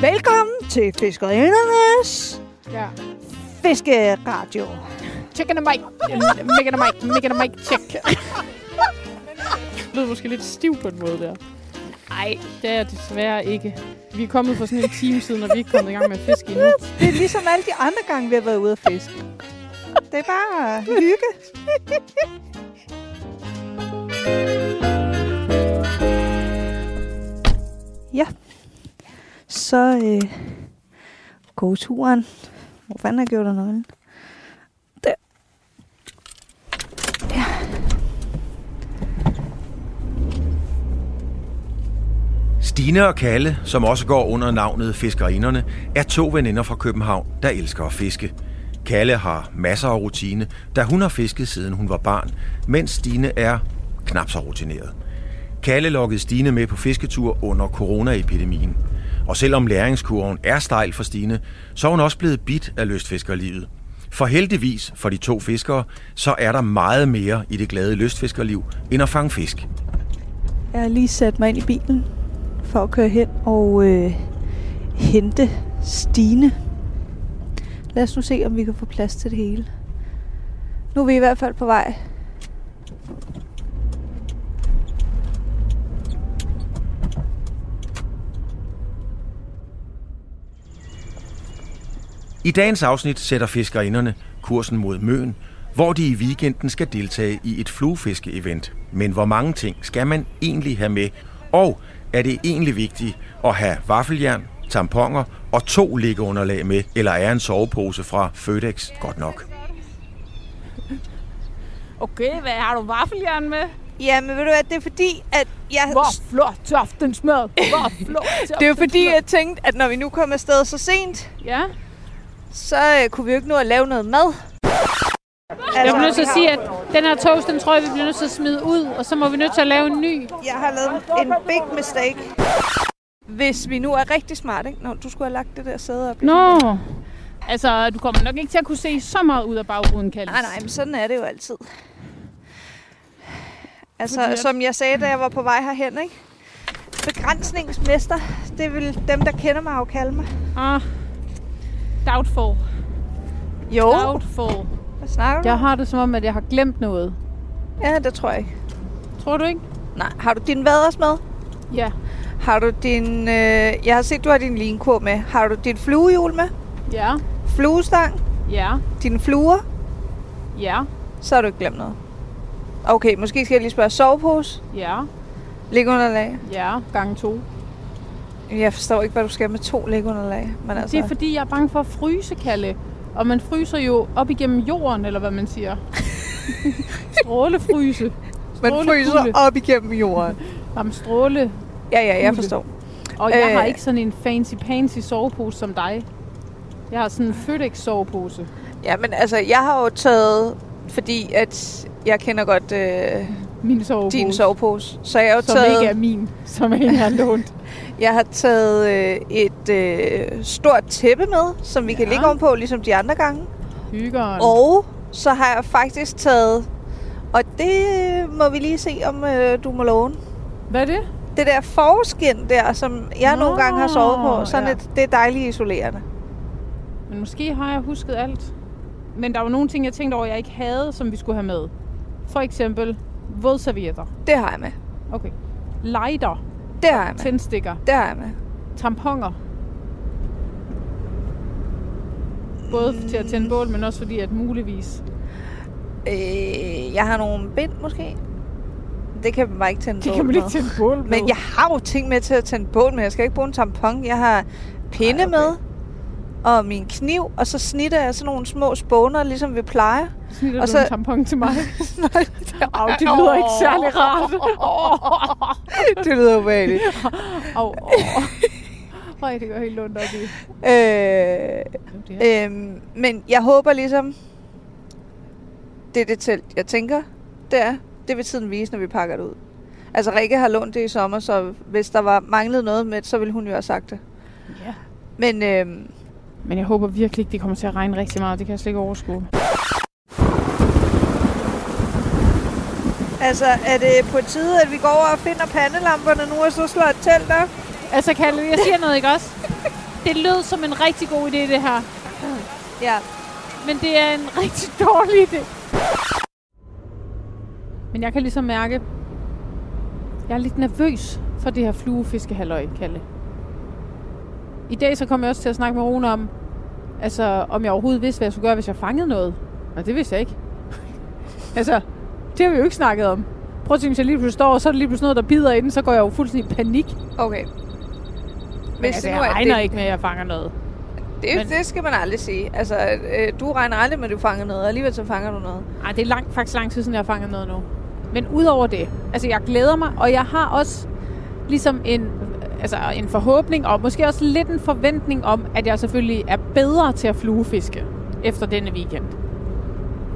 Velkommen til Fiskerindernes Ja. Fiskeradio. Check in the mic. Make it a mic. Make it a mic check. Det lød måske lidt stiv på en måde der. Nej, det er jeg desværre ikke. Vi er kommet for sådan en time siden, og vi er ikke kommet i gang med at fiske endnu. Det er ligesom alle de andre gange, vi har været ude at fiske. Det er bare hygge. ja. Så øh, gå turen. Hvor fanden har jeg gjort af nøglen? Der. Der. Stine og Kalle, som også går under navnet Fiskerinderne, er to veninder fra København, der elsker at fiske. Kalle har masser af rutine, da hun har fisket siden hun var barn, mens Stine er knap så rutineret. Kalle lokkede Stine med på fisketur under coronaepidemien. Og selvom læringskurven er stejl for Stine, så er hun også blevet bit af lystfiskerlivet. For heldigvis for de to fiskere, så er der meget mere i det glade lystfiskerliv end at fange fisk. Jeg har lige sat mig ind i bilen for at køre hen og øh, hente Stine. Lad os nu se, om vi kan få plads til det hele. Nu er vi i hvert fald på vej. I dagens afsnit sætter fiskerinderne kursen mod Møn, hvor de i weekenden skal deltage i et fluefiske-event. Men hvor mange ting skal man egentlig have med? Og er det egentlig vigtigt at have vaffeljern, tamponer og to liggeunderlag med, eller er en sovepose fra Fødex godt nok? Okay, hvad har du vaffeljern med? Ja, men ved du hvad, det er fordi, at jeg... Hvor flot til aftensmad. Hvor flot til Det er jo fordi, aftensmad. jeg tænkte, at når vi nu kom afsted så sent, Ja. så øh, kunne vi jo ikke nå at lave noget mad. Jeg bliver nødt til at sige, at den her toast, den tror jeg, vi bliver nødt til at smide ud, og så må vi nødt til at lave en ny. Altså, Jeg har lavet en big mistake. Hvis vi nu er rigtig smarte, ikke? Nå, du skulle have lagt det der sæde op. Nå. Altså, du kommer nok ikke til at kunne se så meget ud af bagruden, Kallis. Nej, nej, men sådan er det jo altid. Altså, Fordi at- som jeg sagde, da jeg var på vej herhen, ikke? Begrænsningsmester, det vil dem, der kender mig, jo kalde mig. Ah, doubtful. Jo, Doubtful. hvad snakker du? Oh. Jeg har det som om, at jeg har glemt noget. Ja, det tror jeg ikke. Tror du ikke? Nej, har du din vaders med? Ja. Har du din... Øh, jeg har set, du har din linkur med. Har du dit fluehjul med? Ja. Fluestang? Ja. Dine fluer? Ja. Så har du ikke glemt noget. Okay, måske skal jeg lige spørge. Sovepose? Ja. Lægunderlag? Ja. Gang to. Jeg forstår ikke, hvad du skal med to lægunderlag. Men altså... Det er fordi, jeg er bange for at fryse, Kalle. Og man fryser jo op igennem jorden, eller hvad man siger. Strålefryse. man fryser Strålekulde. op igennem jorden. Jamen, stråle. Ja, ja, jeg Kugle. forstår. Og jeg har Øh. ikke sådan en fancy-pansy sovepose som dig. Jeg har sådan en Føtex-sovepose. Ja, men altså, jeg har jo taget, fordi at jeg kender godt øh, Min sovepose. din sovepose, så jeg har jo Som ikke er taget, min, som en jeg har lånt. jeg har taget øh, et øh, stort tæppe med, som vi ja. kan Ja. ligge ovenpå, ligesom de andre gange. Hyggeren. Og så har jeg faktisk taget, og det øh, må vi lige se, om øh, du må låne. Hvad er det? Det der forskin der, som jeg Nå, Nå, nogle gange har sovet på, sådan ja. ja. et, det er dejligt isolerende. Men måske har jeg husket alt. Men der var nogle ting, jeg tænkte over, jeg ikke havde, som vi skulle have med. For eksempel vådservietter. Det har jeg med. Okay. Lighter, Det har jeg med. tændstikker, Det har jeg med. tamponer. Både til at tænde bål, men også fordi, at muligvis... Øh, jeg har nogle bind måske. Det kan man bare ikke tænde Det bål kan man ikke med. tænde bål med. Men jeg har jo ting med til at tænde bål med. Jeg skal ikke bruge en tampon. Jeg har pinde Ej, Ej, okay. okay. med og min kniv, og så snitter jeg sådan nogle små spåner, ligesom vi plejer. Snitter og du så- en tampon til mig? Nej, Au, det lyder ikke særlig rart. det lyder ubehageligt. Au, au. Ej, det gør helt ondt op i. Øh, Det er- øh, men jeg håber ligesom, det er det telt, jeg tænker, det er. Det vil tiden vise, når vi pakker det ud. Altså, Rikke har lånt det i sommer, så hvis der var manglet noget med det, så ville hun jo have sagt det. Ja. Men øh, Men jeg håber virkelig ikke, det kommer til at regne rigtig meget. Det kan jeg slet ikke overskue. Altså, er det på tide, at vi går over og finder pandelamperne nu, og så slår et telt op? Altså, Kalle, jeg siger noget, ikke også? det lød som en rigtig god idé, det her. Ja. Men det er en rigtig dårlig idé. Men jeg kan ligesom mærke, jeg er lidt nervøs for det her fluefiskehalløj, Kalle. I dag så kom jeg også til at snakke med Rune om, altså om jeg overhovedet vidste, hvad jeg skulle gøre, hvis jeg fangede noget. Og det vidste jeg ikke. altså, det har vi jo ikke snakket om. Prøv at tænke, hvis jeg lige pludselig står, og så er det lige pludselig noget, der bider inden, så går jeg jo fuldstændig i panik. Men Okay. Hvis altså, det jeg nu er, regner det, ikke med, at jeg fanger noget. Det, men- men... det skal man aldrig sige. Altså, øh, du regner aldrig med, at du fanger noget, og alligevel så fanger du noget. Ej, det er langt, faktisk lang tid siden, jeg har fanget noget nu. Men udover det, altså jeg glæder mig, og jeg har også ligesom en, altså en forhåbning, og måske også lidt en forventning om, at jeg selvfølgelig er bedre til at fluefiske efter denne weekend.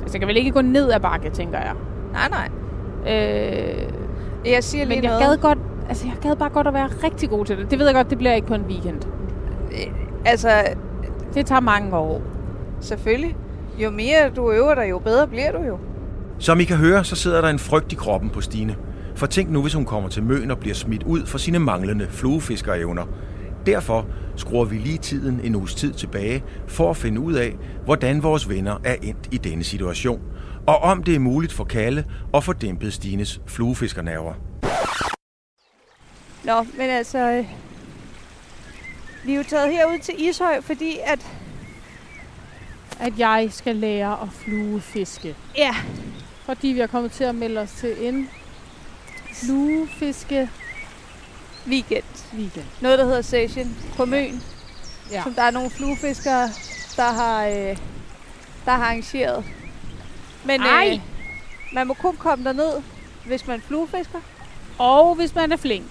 Altså jeg kan vel ikke gå ned ad bakke, tænker jeg. Nej, nej. Øh, Jeg siger lige men jeg noget. gad godt, altså jeg gad bare godt at være rigtig god til det. Det ved jeg godt, det bliver ikke på en weekend. Altså, Det tager mange år. selvfølgelig. Jo mere du øver dig, jo bedre bliver du jo. Som I kan høre, så sidder der en frygt i kroppen på Stine. For tænk nu, hvis hun kommer til Møn og bliver smidt ud for sine manglende fluefiskerevner. Derfor skruer vi lige tiden en uges tid tilbage for at finde ud af, hvordan vores venner er endt i denne situation. Og om det er muligt for Kalle at få dæmpet Stines fluefiskernerver. Nå, men altså... Øh, vi er jo taget herud til Ishøj, fordi at... At jeg skal lære at fluefiske. Ja, Fordi vi er kommet til at melde os til en fluefiske weekend. weekend. Noget, der hedder Session på Møn. Ja. Ja. Som der er nogle fluefiskere, der har, øh, der har arrangeret. Men Ej! øh, man må kun komme derned, hvis man fluefisker. Og hvis man er flink.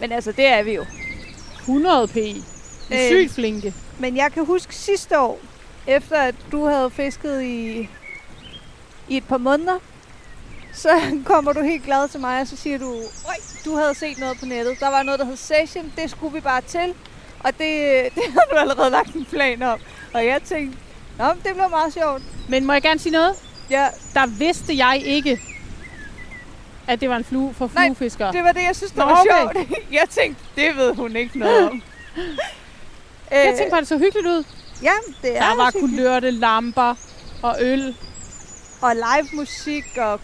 Men altså, det er vi jo. 100 p. Øh. Øh. Sygt flinke. Men jeg kan huske sidste år, efter at du havde fisket i, i et par måneder, så kommer du helt glad til mig, og så siger du, Øj, du havde set noget på nettet. Der var noget, der hed Session, det skulle vi bare til. Og det, det har du allerede lagt en plan om. Og jeg tænkte, Nå, men det blev meget sjovt. Men må jeg gerne sige noget? Ja, Der vidste jeg ikke, at det var en flue for Nej, fluefiskere. det var det, jeg synes, der Nå, var okay. sjovt. Jeg tænkte, det ved hun ikke noget om. Jeg tænkte bare, det så hyggeligt ud. ja, det er Der var også hyggeligt. kulørte lamper og øl. Og live musik og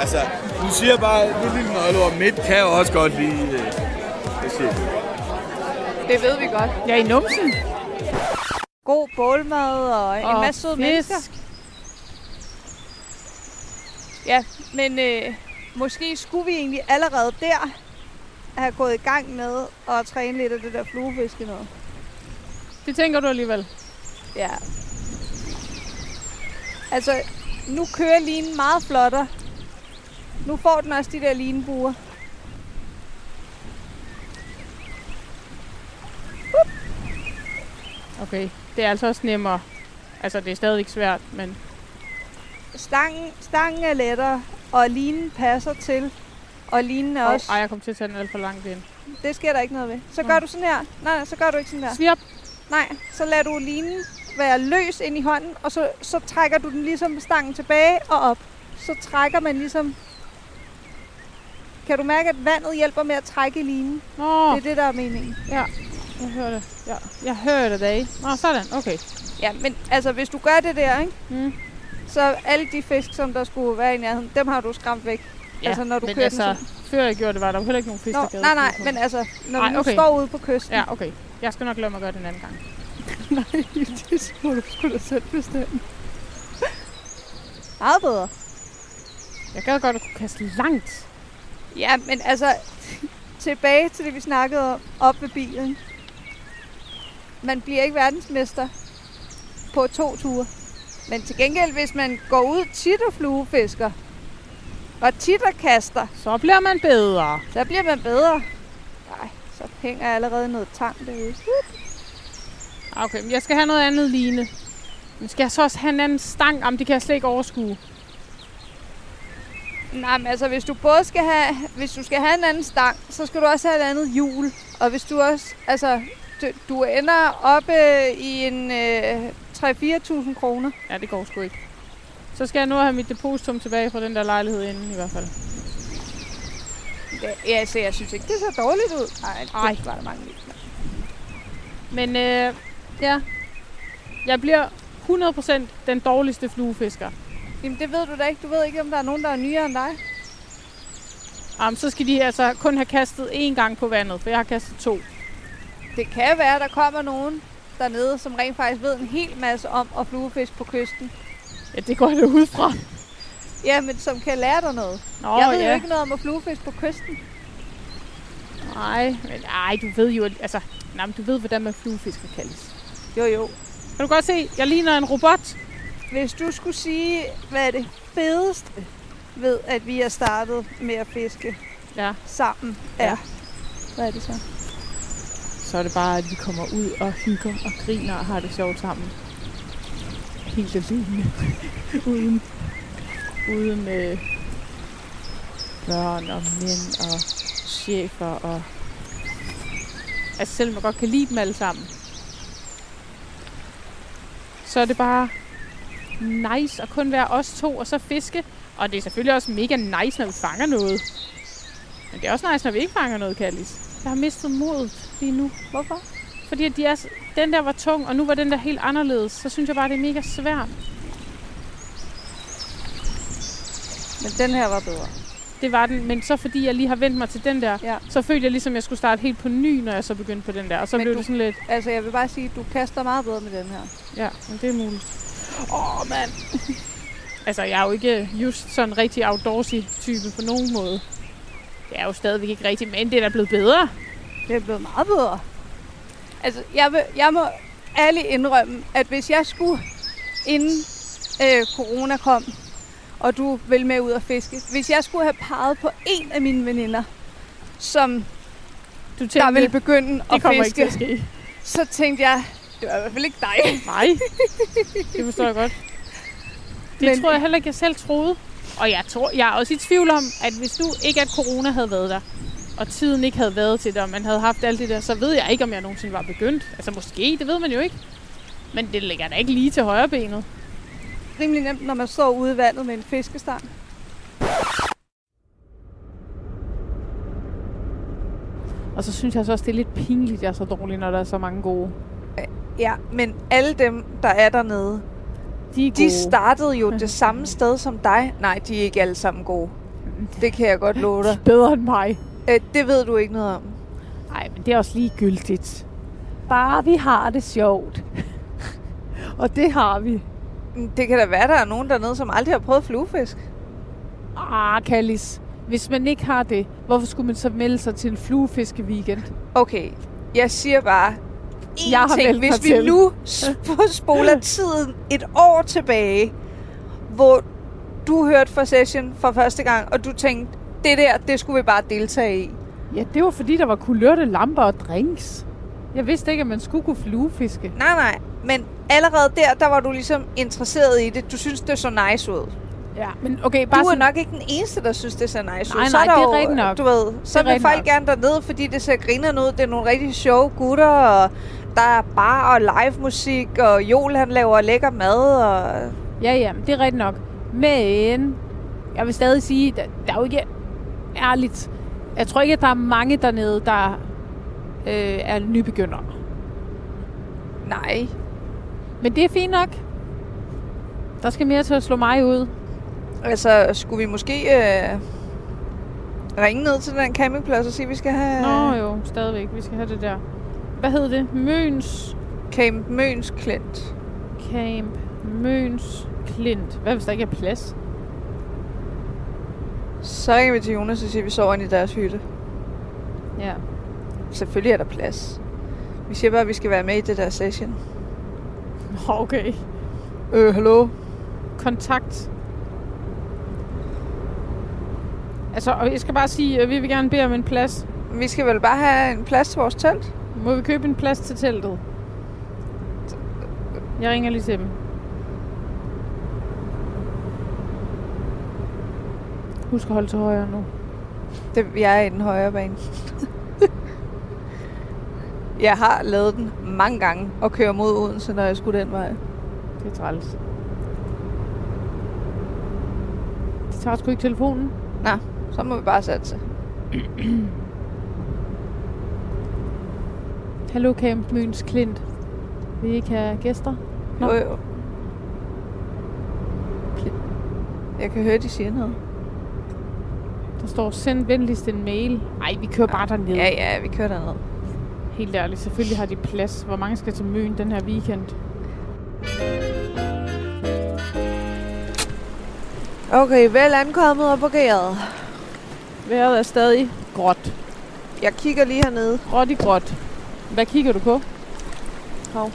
Altså, du siger bare, du er lille nøgleord. Midt kan jeg også godt lide. øh, det siger jeg. Det ved vi godt. Ja, i numsen. god bålmad og en og masse søde fisk. mennesker. Ja, men øh, måske skulle vi egentlig allerede der have gået i gang med at træne lidt af det der fluefiske noget. Det tænker du alligevel. Ja. Altså, nu kører linen meget flottere. Nu får den også de der linebuer. Okay. Det er altså også nemmere. Altså, det er stadigvæk svært, men... Stangen, stangen er lettere, og linen passer til. Og linen er Åh, også... Ej, jeg kom til at tage den alt for langt ind. Det sker der ikke noget ved. Så Nå. gør du sådan her. Nej, nej, så gør du ikke sådan der. Svirp. Nej, så lader du linen være løs ind i hånden, og så, så trækker du den ligesom stangen tilbage og op. Så trækker man ligesom... Kan du mærke, at vandet hjælper med at trække i linen? Nå, Det er det, der er meningen. jeg hører det. Ja. Jeg hører det da ikke. Nå, sådan. Okay. Ja, men altså, hvis du gør det der, ikke? Mm. så alle de fisk, som der skulle være i nærheden, dem har du skræmt væk. Ja, altså, når du men kører altså, den sådan. før jeg gjorde det, var der jo heller ikke nogen fisk, der Nå, gad nej, at nej, spise på men den. altså, når Ej, Ej, okay. okay. du står ude på kysten, Ja, okay. Jeg skal nok lade mig gøre det en anden gang. nej, det skulle du skulle da selv bestemme. meget bedre. Jeg gad godt at kunne kaste langt. Ja, men altså, tilbage til det, vi snakkede om, op ved bilen. Man bliver ikke verdensmester på to ture. Men til gengæld, hvis man går ud tit og fluefisker, og tit og kaster, Så bliver man bedre. så bliver man bedre. Nej, så hænger jeg allerede noget tang derude. Ah, Okay, men jeg skal have noget andet lignende. Men skal jeg så også have en anden stang? Jamen, det kan jeg slet ikke overskue. Nej, men altså, hvis du både skal have, hvis du skal have en anden stang, så skal du også have et andet hjul. Og hvis du også, altså, du, du ender oppe i en øh, 3-4.000 kroner. Ja, det går sgu ikke. Så skal jeg nu have mit depositum tilbage fra den der lejlighed inden i hvert fald. Ja, altså, jeg synes ikke, det ser dårligt ud. Nej, Ej. det var der mange lidt. Men øh, ja, jeg bliver 100% den dårligste fluefisker. Jamen, det ved du da ikke. Du ved ikke, om der er nogen, der er nyere end dig. Jamen, så skal de altså kun have kastet én gang på vandet, for jeg har kastet to. Det kan være, der kommer nogen dernede, som rent faktisk ved en hel masse om at fluefiske på kysten. Ja, det går jeg da ud fra. Jamen, som kan lære dig noget. Nå, jeg ved ja. jo ikke noget om at fluefiske på kysten. Nej, men ej, du ved jo, altså, nej, men du ved, hvordan man fluefisker kaldes. Jo, jo. Kan du godt se, jeg ligner en robot? Hvis du skulle sige, hvad er det fedeste ved, at vi er startet med at fiske Ja. sammen, Ja. er, hvad er det så? Så er det bare, at vi kommer ud og hygger og griner og har det sjovt sammen. Helt alene. uden, uden øh, børn og mænd og chefer og... Altså selvom jeg godt kan lide dem alle sammen. Så er det bare nice at kun være os to og så fiske. Og det er selvfølgelig også mega nice, når vi fanger noget. Men det er også nice, når vi ikke fanger noget, Kallis. Jeg har mistet modet lige nu. Hvorfor? Fordi at de er, s- den der var tung, og nu var den der helt anderledes. Så synes jeg bare, det er mega svært. Men den her var bedre. Det var den, men så fordi jeg lige har vendt mig til den der, Ja. så følte jeg ligesom, jeg skulle starte helt på ny, når jeg så begyndte på den der. Og så Men blev du- det sådan lidt, Altså, jeg vil bare sige, at du kaster meget bedre med den her. ja, men det er muligt. Åh, oh, mand! altså, jeg er jo ikke just sådan rigtig outdoorsy type på nogen måde. Jeg er jo stadigvæk ikke rigtig, men det er da blevet bedre. Det er blevet meget bedre. Altså, jeg, vil, jeg må ærligt indrømme, at hvis jeg skulle, inden øh, corona kom, og du vil med ud og fiske, hvis jeg skulle have peget på en af mine veninder, som Du tænkte, der ville begynde det at kommer fiske, ikke til at ske. så tænkte jeg, det var i hvert fald ikke dig. Nej, det forstår jeg godt. Det Men- Men... tror jeg heller ikke, jeg selv troede. Og jeg, tror, jeg er også i tvivl om, at hvis nu ikke at corona havde været der, og tiden ikke havde været til det, og man havde haft alt det der, så ved jeg ikke, om jeg nogensinde var begyndt. Altså måske, det ved man jo ikke. Men det ligger da ikke lige til højre benet. Rimelig nemt, når man står ude i vandet med en fiskestang. Og så synes jeg så også, det er lidt pinligt, at jeg er så dårlig, når der er så mange gode. Ja, men alle dem, der er dernede, De er de gode. startede jo det samme sted som dig. Nej, de er ikke alle sammen gode. Det kan jeg godt love De dig. er bedre end mig. Øh, det ved du ikke noget om. Nej, men det er også ligegyldigt. Bare vi har det sjovt. og det har vi. Det kan da være, der er nogen dernede, som aldrig har prøvet fluefisk. Ah, Kallis. Hvis man ikke har det, hvorfor skulle man så melde sig til en fluefiskeweekend? Okay, jeg siger bare én Jeg har ting. meldt Hvis mig vi til. nu sp- spoler tiden et år tilbage, hvor du hørte fra session for første gang, og du tænkte, det der, det skulle vi bare deltage i. Ja, det var fordi, der var kulørte lamper og drinks. Jeg vidste ikke, at man skulle kunne fluefiske. Nej, nej, men allerede der, der var du ligesom interesseret i det. Du synes, det så nice ud. Ja, men okay, bare Bare du er sådan, nok ikke den eneste, der synes, det ser nice ud. Nej, så nej, der det er jo, rigtigt nok. Du ved, så Det er vil rigtigt folk nok. gerne derned, fordi det ser grinerne ud. Det er nogle rigtig sjove gutter, og der er bar og live musik, og Joel han laver lækker mad. Og... Ja, ja, men det er rigtigt nok. Men jeg vil stadig sige, der, der er jo ikke ærligt. Jeg tror ikke, at der er mange dernede, der øh, er nybegyndere. Nej, Men det er fint nok. Der skal mere til at slå mig ud. altså skulle vi måske øh, ringe ned til den campingplads og sige, at vi skal have Nå jo, stadigvæk. Vi skal have det der. Hvad hed det? Møns... Camp Møns Klint. Camp Møns Klint. Hvad hvis der ikke er plads? Så ringer vi til Jonas og siger, at vi sover inde i deres hytte. Ja. Selvfølgelig er der plads. Vi siger bare, at vi skal være med i det der session. Okay. Øh, hallo? Kontakt. Altså, og jeg skal bare sige, at vi vil gerne bede om en plads. Vi skal vel bare have en plads til vores telt? Må vi købe en plads til teltet? Jeg ringer lige til dem. Husk at holde til højre nu. Det, jeg er i den højre bane. jeg har lavet den mange gange og kører mod Odense, når jeg skulle den vej. Det er træls. De tager sgu ikke telefonen. Nå, så må vi bare satse. Hello Camp Møns Klint. Vil I ikke have gæster? Nå. Jo, jo. Jeg kan høre, de siger noget. Der står, send venligst en mail. Nej, vi kører bare derned. Ja, ja, vi kører derned. Helt ærligt, selvfølgelig har de plads. Hvor mange skal til Møn den her weekend? Okay, vel ankommet og parkeret. Vejret er stadig gråt. Jeg kigger lige hernede. Gråt i gråt. Hvad kigger du på? Hav.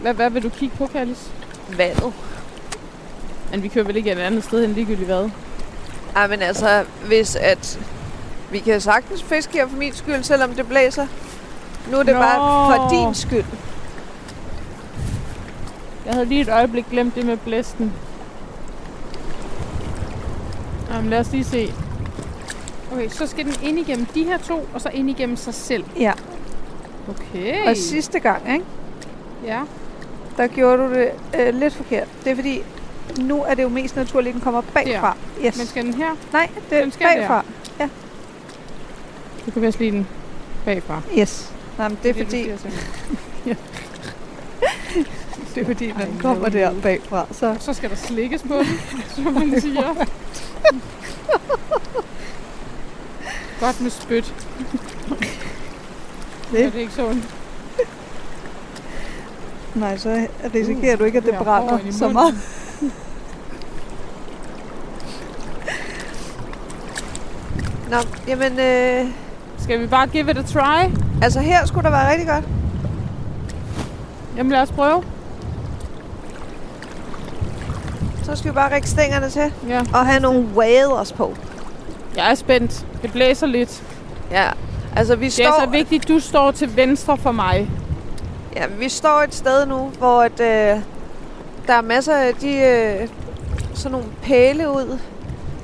Hvad, hvad vil du kigge på, Kallis? Vandet. Men vi kører vel ikke et andet sted end ligegyldigt hvad? Ej, men altså, hvis at... Vi kan sagtens fiske her for min skyld, selvom det blæser. Nu er det Nå. Nå. bare for din skyld. Jeg havde lige et øjeblik glemt det med blæsten. Jamen, lad os lige se. Okay, så skal den ind igennem de her to, og så ind igennem sig selv. Ja. Okay. Hey. Og sidste gang, ikke, Ja. der gjorde du det øh, lidt forkert. Det er fordi, nu er det jo mest naturligt, at den kommer bagfra. Yes. Men skal den her? Nej, det den er skal bagfra. Du kan vist lige den bagfra. Yes. Nej, men det er fordi, det er fordi når den kommer der bagfra, så... Så skal der slikkes på den, som man siger. Godt med spyt. Det. Er det ikke sådan? Nej, så risikerer du ikke, at det Ja, over ind Mm. i brænder så munden. meget. Nå, jamen, øh, Skal vi bare give it a try? altså her skulle der være rigtig godt. Jamen lad os prøve. Så skal vi bare række stængerne til Ja. og have nogle waders på. Jeg er spændt. Det blæser lidt. Ja, altså vi Det er står, så vigtigt, du står til venstre for mig. ja, vi står et sted nu, hvor at, øh, der er masser af de, øh, sådan nogle pæle ud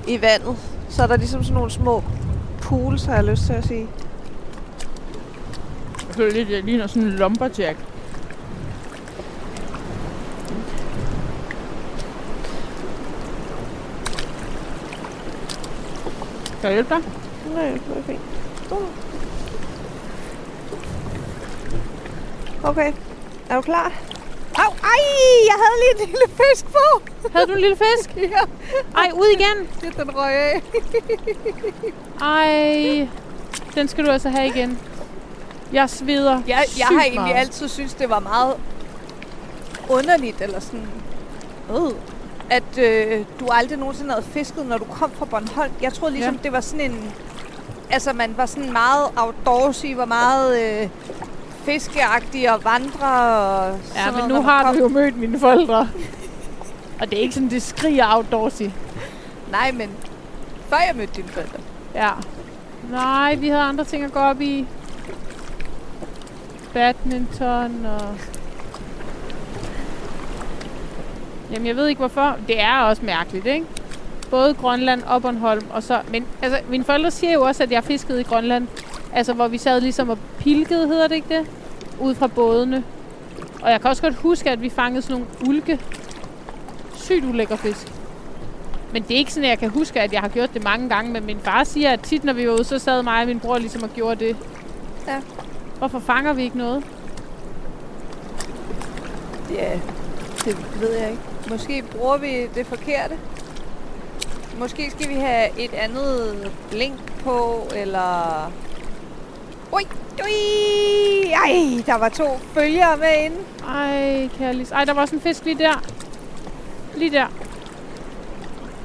i vandet. Så er der ligesom sådan nogle små pools, har jeg lyst til at sige. Jeg føler lidt, jeg ligner sådan en lumberjack. Kan jeg hjælpe dig? Nej, det er fint. Uh. Okay, er du klar? Au, ej, jeg havde lige en lille fisk på. Havde du en lille fisk? ja. Ej, ud igen. Det den røg af. Ej, den skal du altså have igen. Jeg sveder Jeg, jeg sygt har egentlig meget. altid synes det var meget underligt, eller sådan, øh, at øh, du aldrig nogensinde havde fisket, når du kom fra Bornholm. Jeg troede ligesom, ja. det var sådan en... Altså, man var sådan meget outdoorsy, var meget øh, fiskeagtig og vandre og sådan Ja, men noget, nu når man har kom. du jo mødt mine forældre. Og det er ikke sådan, det skriger outdoorsy. Nej, men før jeg mødte dine forældre. Ja. Nej, vi havde andre ting at gå op i. Badminton og... Jamen, jeg ved ikke hvorfor. Det er også mærkeligt, ikke? Både Grønland og Bornholm. Og så, men altså, mine forældre siger jo også, at jeg fiskede i Grønland. Altså, hvor vi sad ligesom og pilkede, hedder det ikke det? Ud fra bådene. Og jeg kan også godt huske, at vi fangede sådan nogle ulke. Sygt ulækker fisk. Men det er ikke sådan, at jeg kan huske, at jeg har gjort det mange gange, men min far siger, at tit, når vi var ude, så sad mig og min bror ligesom og gjorde det. Ja. Hvorfor fanger vi ikke noget? Ja, det ved jeg ikke. Måske bruger vi det forkerte. Måske skal vi have et andet blink på, eller... Ui, ui! Ej, der var to følgere med inde. Ej, kære Lis. Ej, der var også en fisk lige der. Lige der.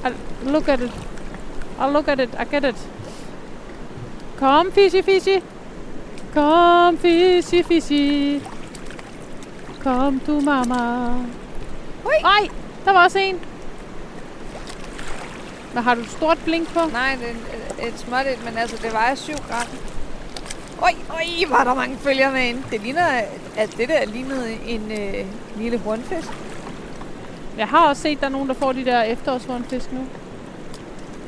Ej, look at it. I look at it. I get it. Kom, fishy, fishy. Kom, fishy, fishy. Kom, du mamma. Ui. Ej, der var også en. Hvad har du et stort blink på? Nej, det er en- et småt et, men altså, det vejer 7 gram. Ui, ui, var der mange følgere med inde. Det ligner, at det der lignede en øh, lille hornfisk. Jeg har også set, at der er nogen, der får de der efterårsvornfisk nu.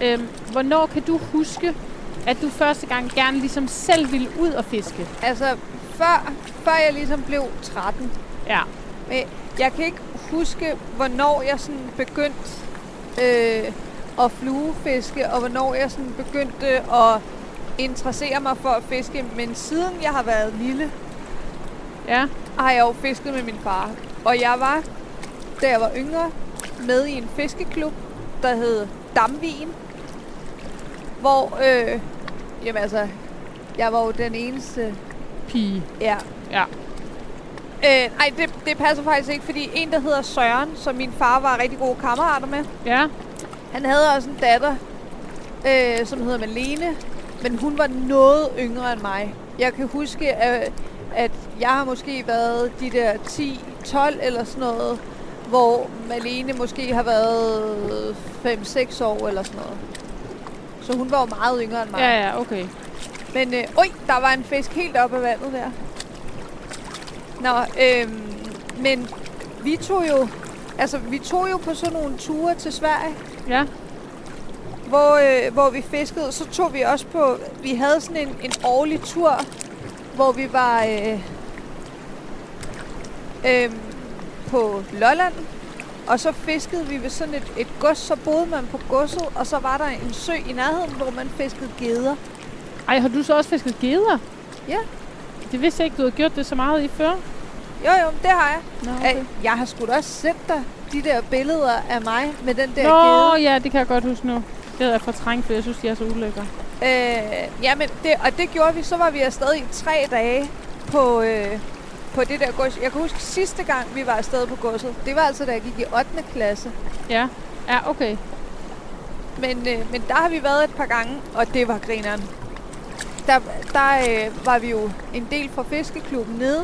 Øhm, hvornår kan du huske, at du første gang gerne ligesom selv ville ud og fiske? Altså, før, før jeg ligesom blev 13, Ja. Men jeg kan ikke huske, hvornår jeg sådan begyndte øh, at fluefiske, og hvornår jeg sådan begyndte at interessere mig for at fiske. Men siden jeg har været lille, Ja. har jeg jo fisket med min far. Og jeg var, da jeg var yngre, med i en fiskeklub, der hed Damvin. Hvor, øh, jamen altså, jeg var jo den eneste Pige. Ja. Ja. Øh, nej, det, det passer faktisk ikke, fordi en, der hedder Søren, som min far var rigtig gode kammerater med, Ja. han havde også en datter, øh, som hedder Malene, men hun var noget yngre end mig. Jeg kan huske, at, at jeg har måske været de der 10-12 eller sådan noget, hvor Malene måske har været 5-6 år eller sådan noget. Så hun var jo meget yngre end mig. Ja, ja, okay. Men øh, øj, der var en fisk helt op af vandet der. Nå, øhm, men vi tog jo, altså vi tog jo på sådan nogle ture til Sverige, Ja. hvor, øh, hvor vi fiskede. Så tog vi også på, vi havde sådan en, en årlig tur, hvor vi var øh, øh, på Lolland. Og så fiskede vi ved sådan et, et gods, så boede man på godset, og så var der en sø i nærheden, hvor man fiskede geder. Ej, har du så også fisket geder? Ja. Det vidste jeg ikke, du havde gjort det så meget i før. Jo jo, det har jeg. Nå, Okay. Jeg har sgu da også sendt dig de der billeder af mig med den der Nå, gede. ja, det kan jeg godt huske nu. Det havde jeg fortrængt, for jeg synes, de er så ulækre. Øh, jamen, det, og det gjorde vi. Så var vi afsted i tre dage på, øh, på det der gods. Jeg kan huske sidste gang, vi var afsted på godset. Det var altså, da jeg gik i 8. klasse. Ja, okay. Men, øh, men der har vi været et par gange, og det var grineren. Der, der øh, var vi jo en del fra fiskeklubben nede.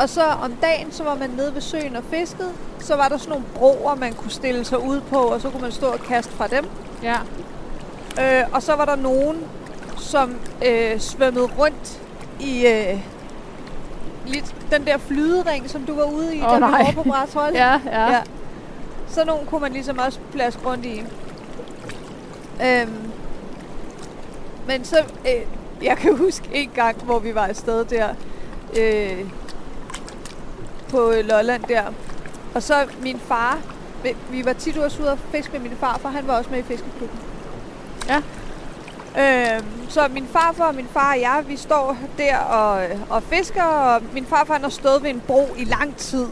Og så om dagen, så var man nede ved søen og fiskede. Så var der sådan nogle broer, man kunne stille sig ud på, og så kunne man stå og kaste fra dem. Ja. Øh, og så var der nogen, som øh, svømmede rundt i øh, lidt den der flydering, som du var ude i, Åh, oh, der nej. var på Brætholdet. Ja, ja. Ja. Sådan nogen kunne man ligesom også plaske rundt i. Øhm, men så, øh, jeg kan huske en gang, hvor vi var afsted der øh, på Lolland der. Og så min far, vi- vi var tit også ude og fiske med min far, for han var også med i fiskeklubben. Ja. Øhm, så min farfar og min far og jeg, vi står der og, og fisker, og min farfar han har stået ved en bro i lang tid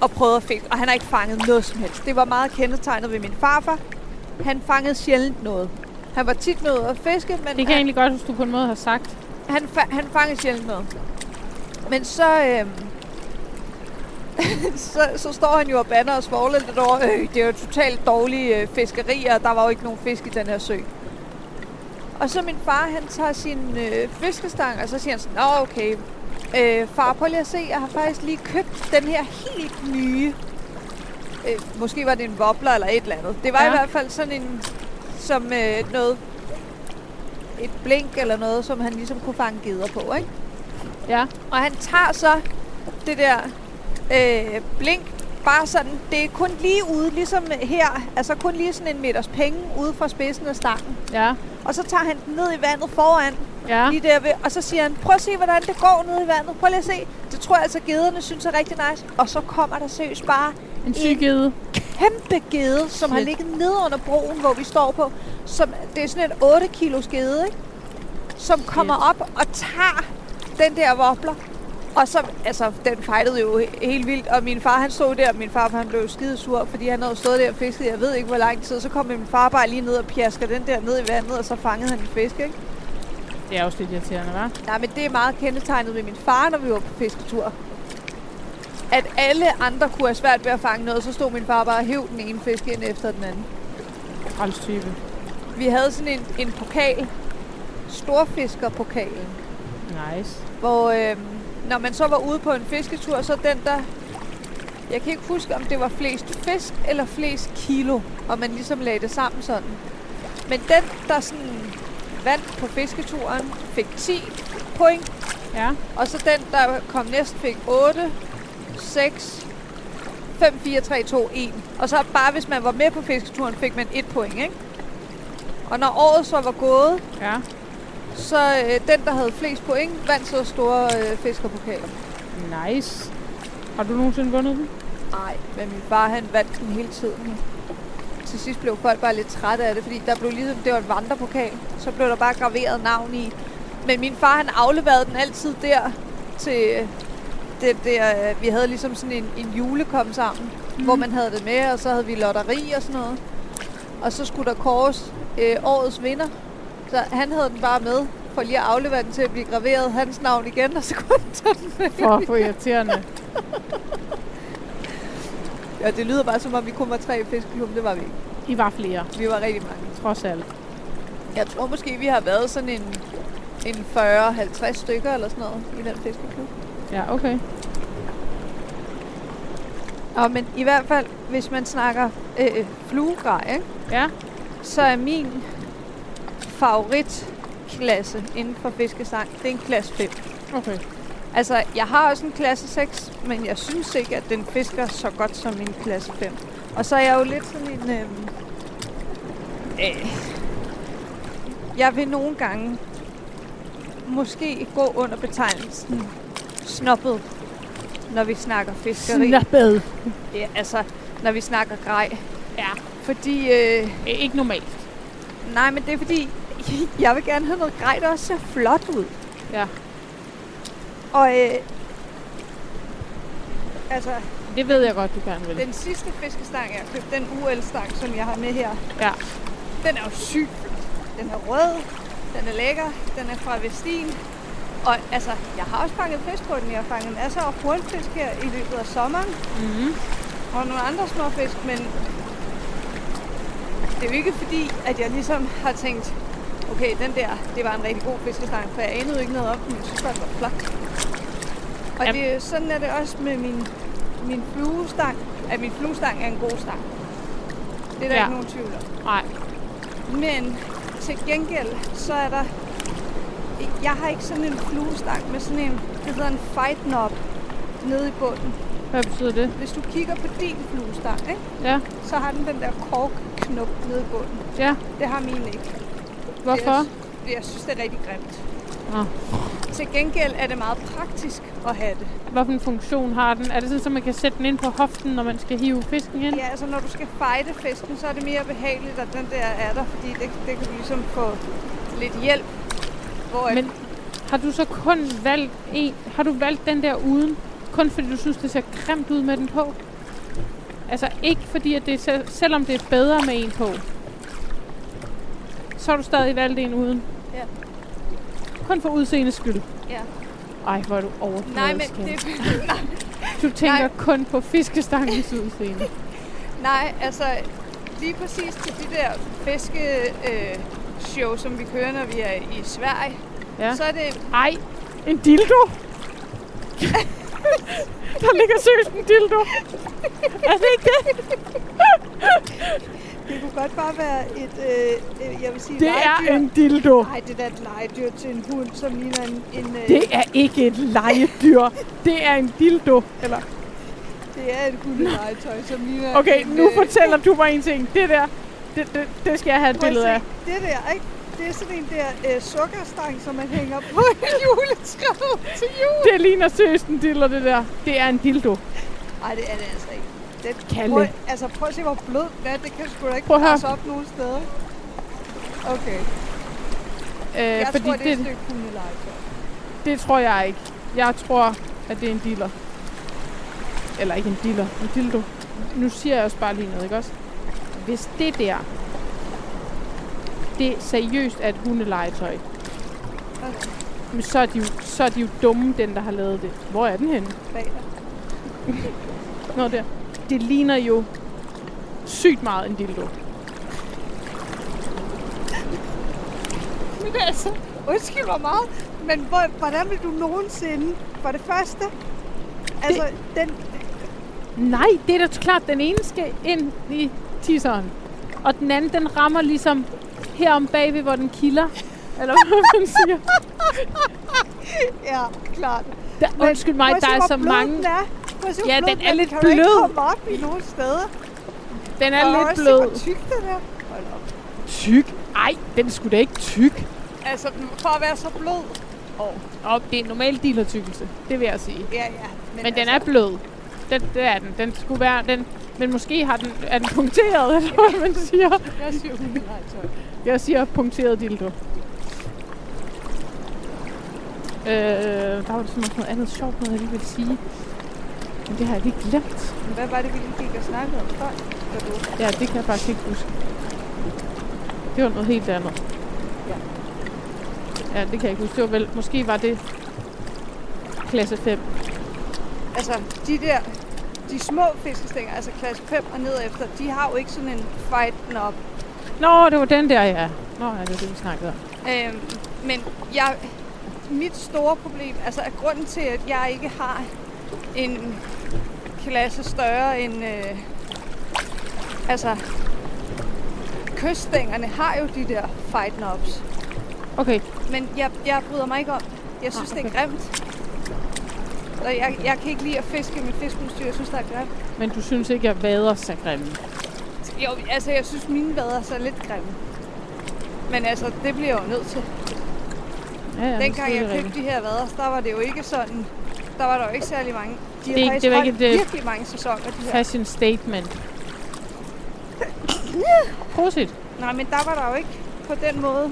og prøvet at fiske, og han har ikke fanget noget som helst. Det var meget kendetegnet ved min farfar. Han fangede sjældent noget. Han var tit noget at fiske, men Det kan jeg han, egentlig godt huske, du på en måde har sagt. han, fa- han fangede sjældent noget. Men så, øhm, så, så står han jo og bander og svogler lidt over, øh, det er jo totalt dårlige øh, fiskerier, og der var jo ikke nogen fisk i den her sø. Og så min far, han tager sin øh, fiskestang, og så siger han sådan, Nå, okay, øh, far, prøv lige at se, jeg har faktisk lige købt den her helt nye. Øh, måske var det en wobbler eller et eller andet. Det var ja. Ja. i hvert fald sådan en, som øh, noget, et blink eller noget, som han ligesom kunne fange geder på, ikke? Ja. Og han tager så det der øh, blink, bare sådan, det er kun lige ude, ligesom her, altså kun lige sådan en meters penge ude fra spidsen af stangen. Ja. Og så tager han den ned i vandet foran, Ja. lige derved, og så siger han, prøv at se, hvordan det går ned i vandet, prøv lige at se. Det tror jeg altså, gederne synes er rigtig nice. Og så kommer der seriøst bare En syg gede. kæmpe gede, som har Shit. ligget nede under broen, hvor vi står på. Som, det er sådan en 8 kilos gede, ikke? som kommer op og tager den der wobbler. Og så, altså, den fejlede jo he- helt vildt, og min far, han stod der, og min far, han blev skide sur, fordi han havde stået der og fisket, jeg ved ikke hvor lang tid, så kom min far bare lige ned og pjasker den der ned i vandet, og så fangede han en fisk, ikke? Det er også lidt irriterende, hva'? Nej, men det er meget kendetegnet ved min far, når vi var på fisketur. At alle andre kunne have svært ved at fange noget, så stod min far bare og hæv den ene fisk ind efter den anden. Træls type. Vi havde sådan en, en pokal, storfiskerpokalen, Nice. hvor øh, når man så var ude på en fisketur, så den der, jeg kan ikke huske, om det var flest fisk eller flest kilo, og man ligesom lagde det sammen sådan. Men den, der sådan vandt på fisketuren, fik 10 point, Ja. Og så den, der kom næst, fik 8, 6, 5, 4, 3, 2, 1. Og så bare hvis man var med på fisketuren, fik man 1 point, ikke? Og når året så var gået, Ja. så øh, den, der havde flest point, vandt så store øh, fiskerpokaler. Nice. Har du nogensinde vundet den? Nej, men min far, han vandt den hele tiden. Til sidst blev folk bare lidt trætte af det, fordi der blev ligesom, det var en vandrepokal. Så blev der bare graveret navn i. Men min far, han afleverede den altid der til, det der, øh, vi havde ligesom sådan en, en julekom sammen, mm. hvor man havde det med, og så havde vi lotteri og sådan noget. Og så skulle der kores øh, årets vinder. Så han havde den bare med, for lige at aflevere den til at blive graveret hans navn igen, og så kunne han tage den med. For, for irriterende. Ja, det lyder bare som om, vi kun var tre i fiskeklubben, det var vi ikke. I var flere, Vi var rigtig mange. trods alt. Jeg tror måske, vi har været sådan en, en 40-50 stykker eller sådan noget i den fiskeklub. Ja, okay. Og men i hvert fald, hvis man snakker øh, fluegrej, ikke? Ja. så er min favoritklasse inden for fiskesang, det er en klasse 5. Okay. Altså, jeg har også en klasse 6, men jeg synes ikke, at den fisker så godt som min klasse 5. Og så er jeg jo lidt sådan en... Øh, øh, jeg vil nogle gange måske gå under betegnelsen snobbet, når vi snakker fiskeri. Snappet. Ja, altså, når vi snakker grej. Ja. Fordi, øh, Æ, ikke normalt. nej, men det er fordi, jeg vil gerne have noget grej, der også ser flot ud. Ja. Og øh, altså, Det ved jeg godt, du gerne vil. den sidste fiskestang, jeg købte, den UL-stang, som jeg har med her, Ja. den er jo sygt flot. Den er rød, den er lækker, den er fra Vestin. Og altså, jeg har også fanget fisk på den. Jeg har fanget masser af hornfisk her i løbet af sommeren. Mm-hmm. og nogle andre små fisk, men det er jo ikke fordi, at jeg ligesom har tænkt, okay, den der, det var en rigtig god fiskestang, for jeg anede jo ikke noget om den, men jeg synes bare, den var flot. Og Ja. det, er jo- sådan er det også med min, min fluestang, at min fluestang er en god stang. Det er der Ja. ja. ikke nogen tvivl om. Nej. Men til gengæld, så er der... Jeg har ikke sådan en fluestang med sådan en, det hedder en fight knob nede i bunden. Hvad betyder det? Hvis du kigger på din fluestang, ikke? Ja. så har den den der korkknop nede i bunden. Ja. Det har min ikke. Hvorfor? Jeg, sy- jeg synes, det er rigtig grimt. Nå. Til gengæld er det meget praktisk at have det. Hvilken funktion har den? Er det sådan, at man kan sætte den ind på hoften, når man skal hive fisken ind? Ja, altså når du skal fejde fisken, så er det mere behageligt, at den der er der, fordi det, det kan du ligesom få lidt hjælp. Hvor Men Men... har du så kun valgt en? Har du valgt den der uden? Kun fordi du synes, det ser grimt ud med den på? Altså ikke fordi, at det er, sel- selvom det er bedre med en på, så har du stadig valgt en uden? Ja. Kun for udseendes skyld? Ja. Ej, hvor er du Nej, men overfladisk. det, Du tænker nej. kun på fiskestangens udseende. nej, altså lige præcis til de der fiske øh, show, som vi kører, når vi er i Sverige, Ja. ja. så er det Ej, en dildo? Der ligger seriøst en dildo. Er det ikke det? Det kunne godt bare være et, øh, øh, jeg vil sige, Det er en dildo. Nej, det er da et legedyr til en hund, som ligner en... en øh, Det er ikke et legedyr. Det er en dildo. Eller, det er et hundelegetøj, som ligner... okay, en, øh, nu fortæller du mig en ting. Det der, det, det, det skal jeg have et prøv at billede se, af. Det der, ikke? Det er sådan en der øh, sukkerstang, som man hænger på i juletræet til jul. Det ligner seriøst en dildo, det der. Det er en dildo. Nej, det er det altså ikke. Det, Kalle. Prøv, altså, prøv at se, hvor blød den er. Det kan sgu da ikke Prøv at høre. passe op nogen steder. Okay, Øh, jeg fordi tror, det er et det, stykke hundelegetøj. det tror jeg ikke. Jeg tror, at det er en dealer. Eller ikke en dealer, en dildo. Nu siger jeg også bare lige noget, ikke også? Hvis det der, det seriøst er et hundelegetøj, Okay, men så er, de jo, så er de jo dumme, den der har lavet det. Hvor er den henne? bag dig. Nå der. Det ligner jo sygt meget en dildo. Men altså, undskyld mig meget, men hvor, hvordan vil du nogensinde, for det første, altså, den, Nej, det er da klart, den ene skal ind i tisseren. Og den anden, den rammer ligesom herom bagved, hvor den kilder. Eller hvad man siger. ja, klart. Der, undskyld mig, Prøv at se, der er hvor så blød mange... Den er. Prøv at se, hvor Ja, blød den er lidt kan Kan du blød. ikke komme op i nogen steder? Den er Og lidt også se, blød. hvor tyk den er. Hold op. Tyk? Ej, den skulle da ikke tyk. Altså, for at være så blød. Og det er normal dealertykkelse, det vil jeg sige. Ja, ja. altså, Men den er blød. Den, det er den. Den skulle være... Den, men måske har den, er den punkteret, eller hvad man siger. Jeg siger altså. hundelegetøj. Øh, Jeg siger punkteret dildo. Øh, der var sådan noget andet sjovt noget, jeg lige ville sige. Men det har jeg lige glemt. Hvad var det, vi lige gik og snakkede om før? Da du... Ja, det kan jeg faktisk ikke huske. Det var noget helt andet. Ja. Ja, det kan jeg ikke huske. Det var vel, måske var det klasse 5. Altså, de der, de små fiskestænger, altså klasse 5 og ned efter, de har jo ikke sådan en fight op. Nå, det var den der, ja. Nå, ja, det var det, vi snakkede om. Øhm, men jeg, mit store problem, altså at grunden til, at jeg ikke har en klasse større end, øh, altså, kyststængerne har jo de der fight knobs. Okay, Men jeg, jeg bryder mig ikke om det. Jeg synes, Ah, det er grimt. Og jeg, jeg kan ikke lide at fiske med fiskeudstyr. Jeg synes, det er grimt. men du synes ikke, jeg vader så grimme? Jo, altså, jeg synes, mine vader er så lidt grimme. Men altså, det bliver jeg jo nødt til. Ja, ja, Dengang selvfølgelig jeg er det købte de her vader, der var det jo ikke sådan... Der var der jo ikke særlig mange. De har ikke- faktisk det var ikke holdt et, øh, virkelig mange sæsoner, de rigtigt. her. Fashion statement. Prosit. Nej, men der var der jo ikke på den måde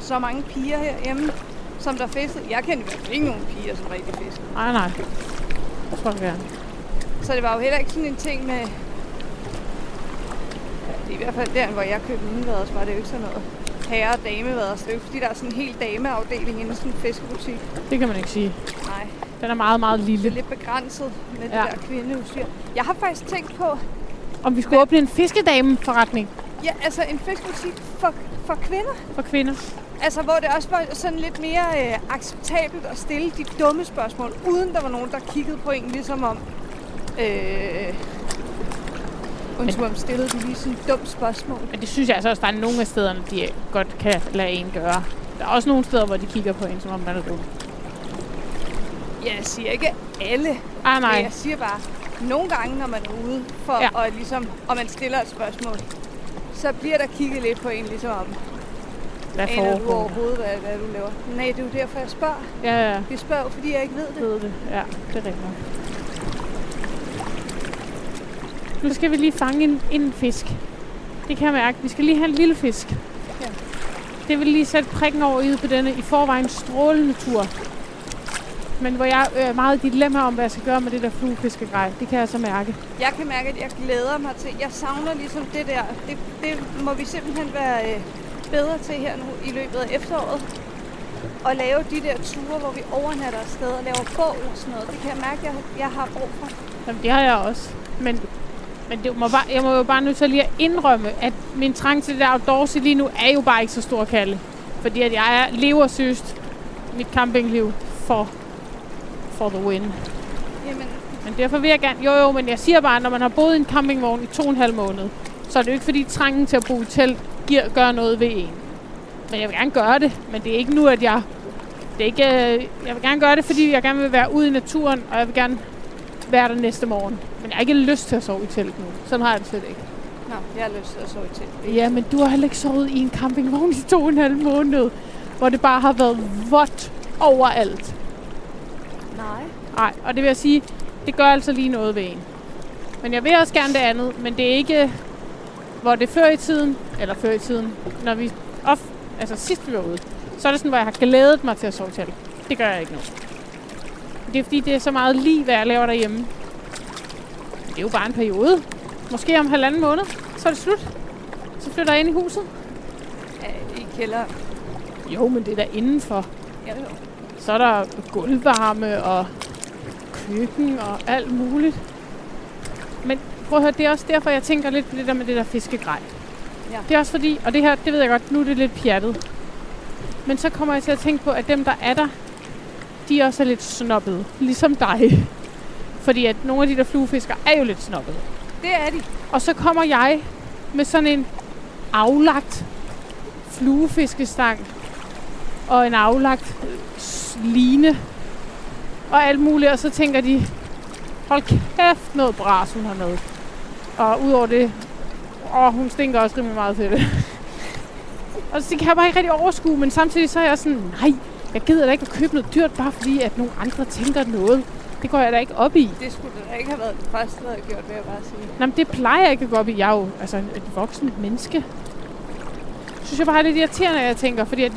så mange piger herhjemme, som der fiskede. Jeg kendte i hvert fald ikke nogen piger, som rigtig fiskede. Nej, nej. Jeg tror, jeg gerne. Så det var jo heller ikke sådan en ting med... Det er I hvert fald der, hvor jeg købte mine vaders, var det jo ikke sådan noget herre- og damevaders. Det er jo ikke, fordi, der er sådan en hel dameafdeling inde i sådan en fiskebutik. Det kan man ikke sige. Nej, Den er meget, meget det er lille. lidt begrænset med ja. Ja. det der kvindeudstyr. Jeg har faktisk tænkt på, Om vi skulle åbne en fiskedame-forretning ja, altså en fiskebutik for, for kvinder. for kvinder. Altså, hvor det også var sådan lidt mere øh, acceptabelt at stille de dumme spørgsmål, uden der var nogen, der kiggede på en, ligesom om... Øh, undskyld, om stillede de lige sådan et dumt spørgsmål. Men det synes jeg altså også, der er nogle af stederne, de godt kan lade en gøre. Der er også nogle steder, hvor de kigger på en, som om man er dum. Jeg siger ikke alle, Ah, Nej. nej. men jeg siger bare, nogle gange, når man er ude, for, Ja. ja. og, ligesom, og man stiller et spørgsmål, så bliver der kigget lidt på en, ligesom om, Hvad aner du foregår? overhovedet, hvad, hvad du laver? Nej, det er jo derfor, jeg spørger. Ja, ja, ja. Jeg spørger jo, fordi jeg ikke ved det. ved det. Ja, det er rigtigt. nok. Nu skal vi lige fange en, en fisk. Det kan jeg mærke. Vi skal lige have en lille fisk. Ja. Det vil lige sætte prikken over i på denne i forvejen strålende tur. Men hvor jeg øh, er meget i dilemma om, hvad jeg skal gøre med det der fluefiskegrej. Det kan jeg så mærke. Jeg kan mærke, at jeg glæder mig til, jeg savner ligesom det der. Det, det må vi simpelthen være øh, bedre til her nu i løbet af efteråret. Og lave de der ture, hvor vi overnatter et sted og laver bål og sådan noget. Det kan jeg mærke, at jeg, jeg har brug for. Jamen, det har jeg også. Men, men det må bare, jeg må jo bare nødt til lige at indrømme, at min trang til det der outdoors lige nu er jo bare ikke så stor, Kalle. Fordi at jeg er, lever søst mit campingliv for, for the win. Jamen, Men derfor vil jeg gerne... Jo, jo, men jeg siger bare, at når man har boet i en campingvogn i to og en halv måned, så er det jo ikke, fordi trangen til at bo i telt giver, gør noget ved en. Men jeg vil gerne gøre det, men det er ikke nu, at jeg... Det er ikke, øh, jeg vil gerne gøre det, fordi jeg gerne vil være ude i naturen, og jeg vil gerne være der næste morgen. Men jeg har ikke lyst til at sove i telt nu. Sådan har jeg det slet ikke. nå, jeg har lyst til at sove til. Ja, men du har heller ikke sovet i en campingvogn i to og en halv måned, hvor det bare har været vådt overalt. Nej. Nej, og det vil jeg sige, det gør altså lige noget ved en. Men jeg vil også gerne det andet, men det er ikke, hvor det før i tiden, eller før i tiden, når vi, off, altså sidst vi var ude, så er det sådan, hvor jeg har glædet mig til at sove til. Det gør jeg ikke nu. Det er fordi, det er så meget lige, hvad jeg laver derhjemme. Men det er jo bare en periode. Måske om halvanden måned, så er det slut. Så flytter jeg ind i huset. Øh, I kælder. Jo, men det er der indenfor. Ja, jo. Så er der gulvvarme og køkken og alt muligt. Men prøv at høre, det er også derfor, jeg tænker lidt på det der med det der fiskegrej. Ja. Det er også fordi, og det her, det ved jeg godt, nu er det lidt pjattet. Men så kommer jeg til at tænke på, at dem, der er der, de også er lidt snobbede. Ligesom dig. Fordi at nogle af de der fluefiskere er jo lidt snobbede. Det er de. Og så kommer jeg med sådan en aflagt fluefiskestang og en aflagt øh, s- line og alt muligt. Og så tænker de, hold kæft noget bras, hun har med. Og udover det, åh, hun stinker også rimelig meget til det. og så det kan jeg bare ikke rigtig overskue, men samtidig så er jeg sådan, nej, jeg gider da ikke at købe noget dyrt, bare fordi at nogle andre tænker noget. Det går jeg da ikke op i. Det skulle da ikke have været det første, jeg havde gjort, vil jeg bare sige. Nå, men det plejer jeg ikke at gå op i. Jeg er jo altså, en- et voksen menneske. Synes jeg bare er lidt irriterende, at jeg tænker, fordi at,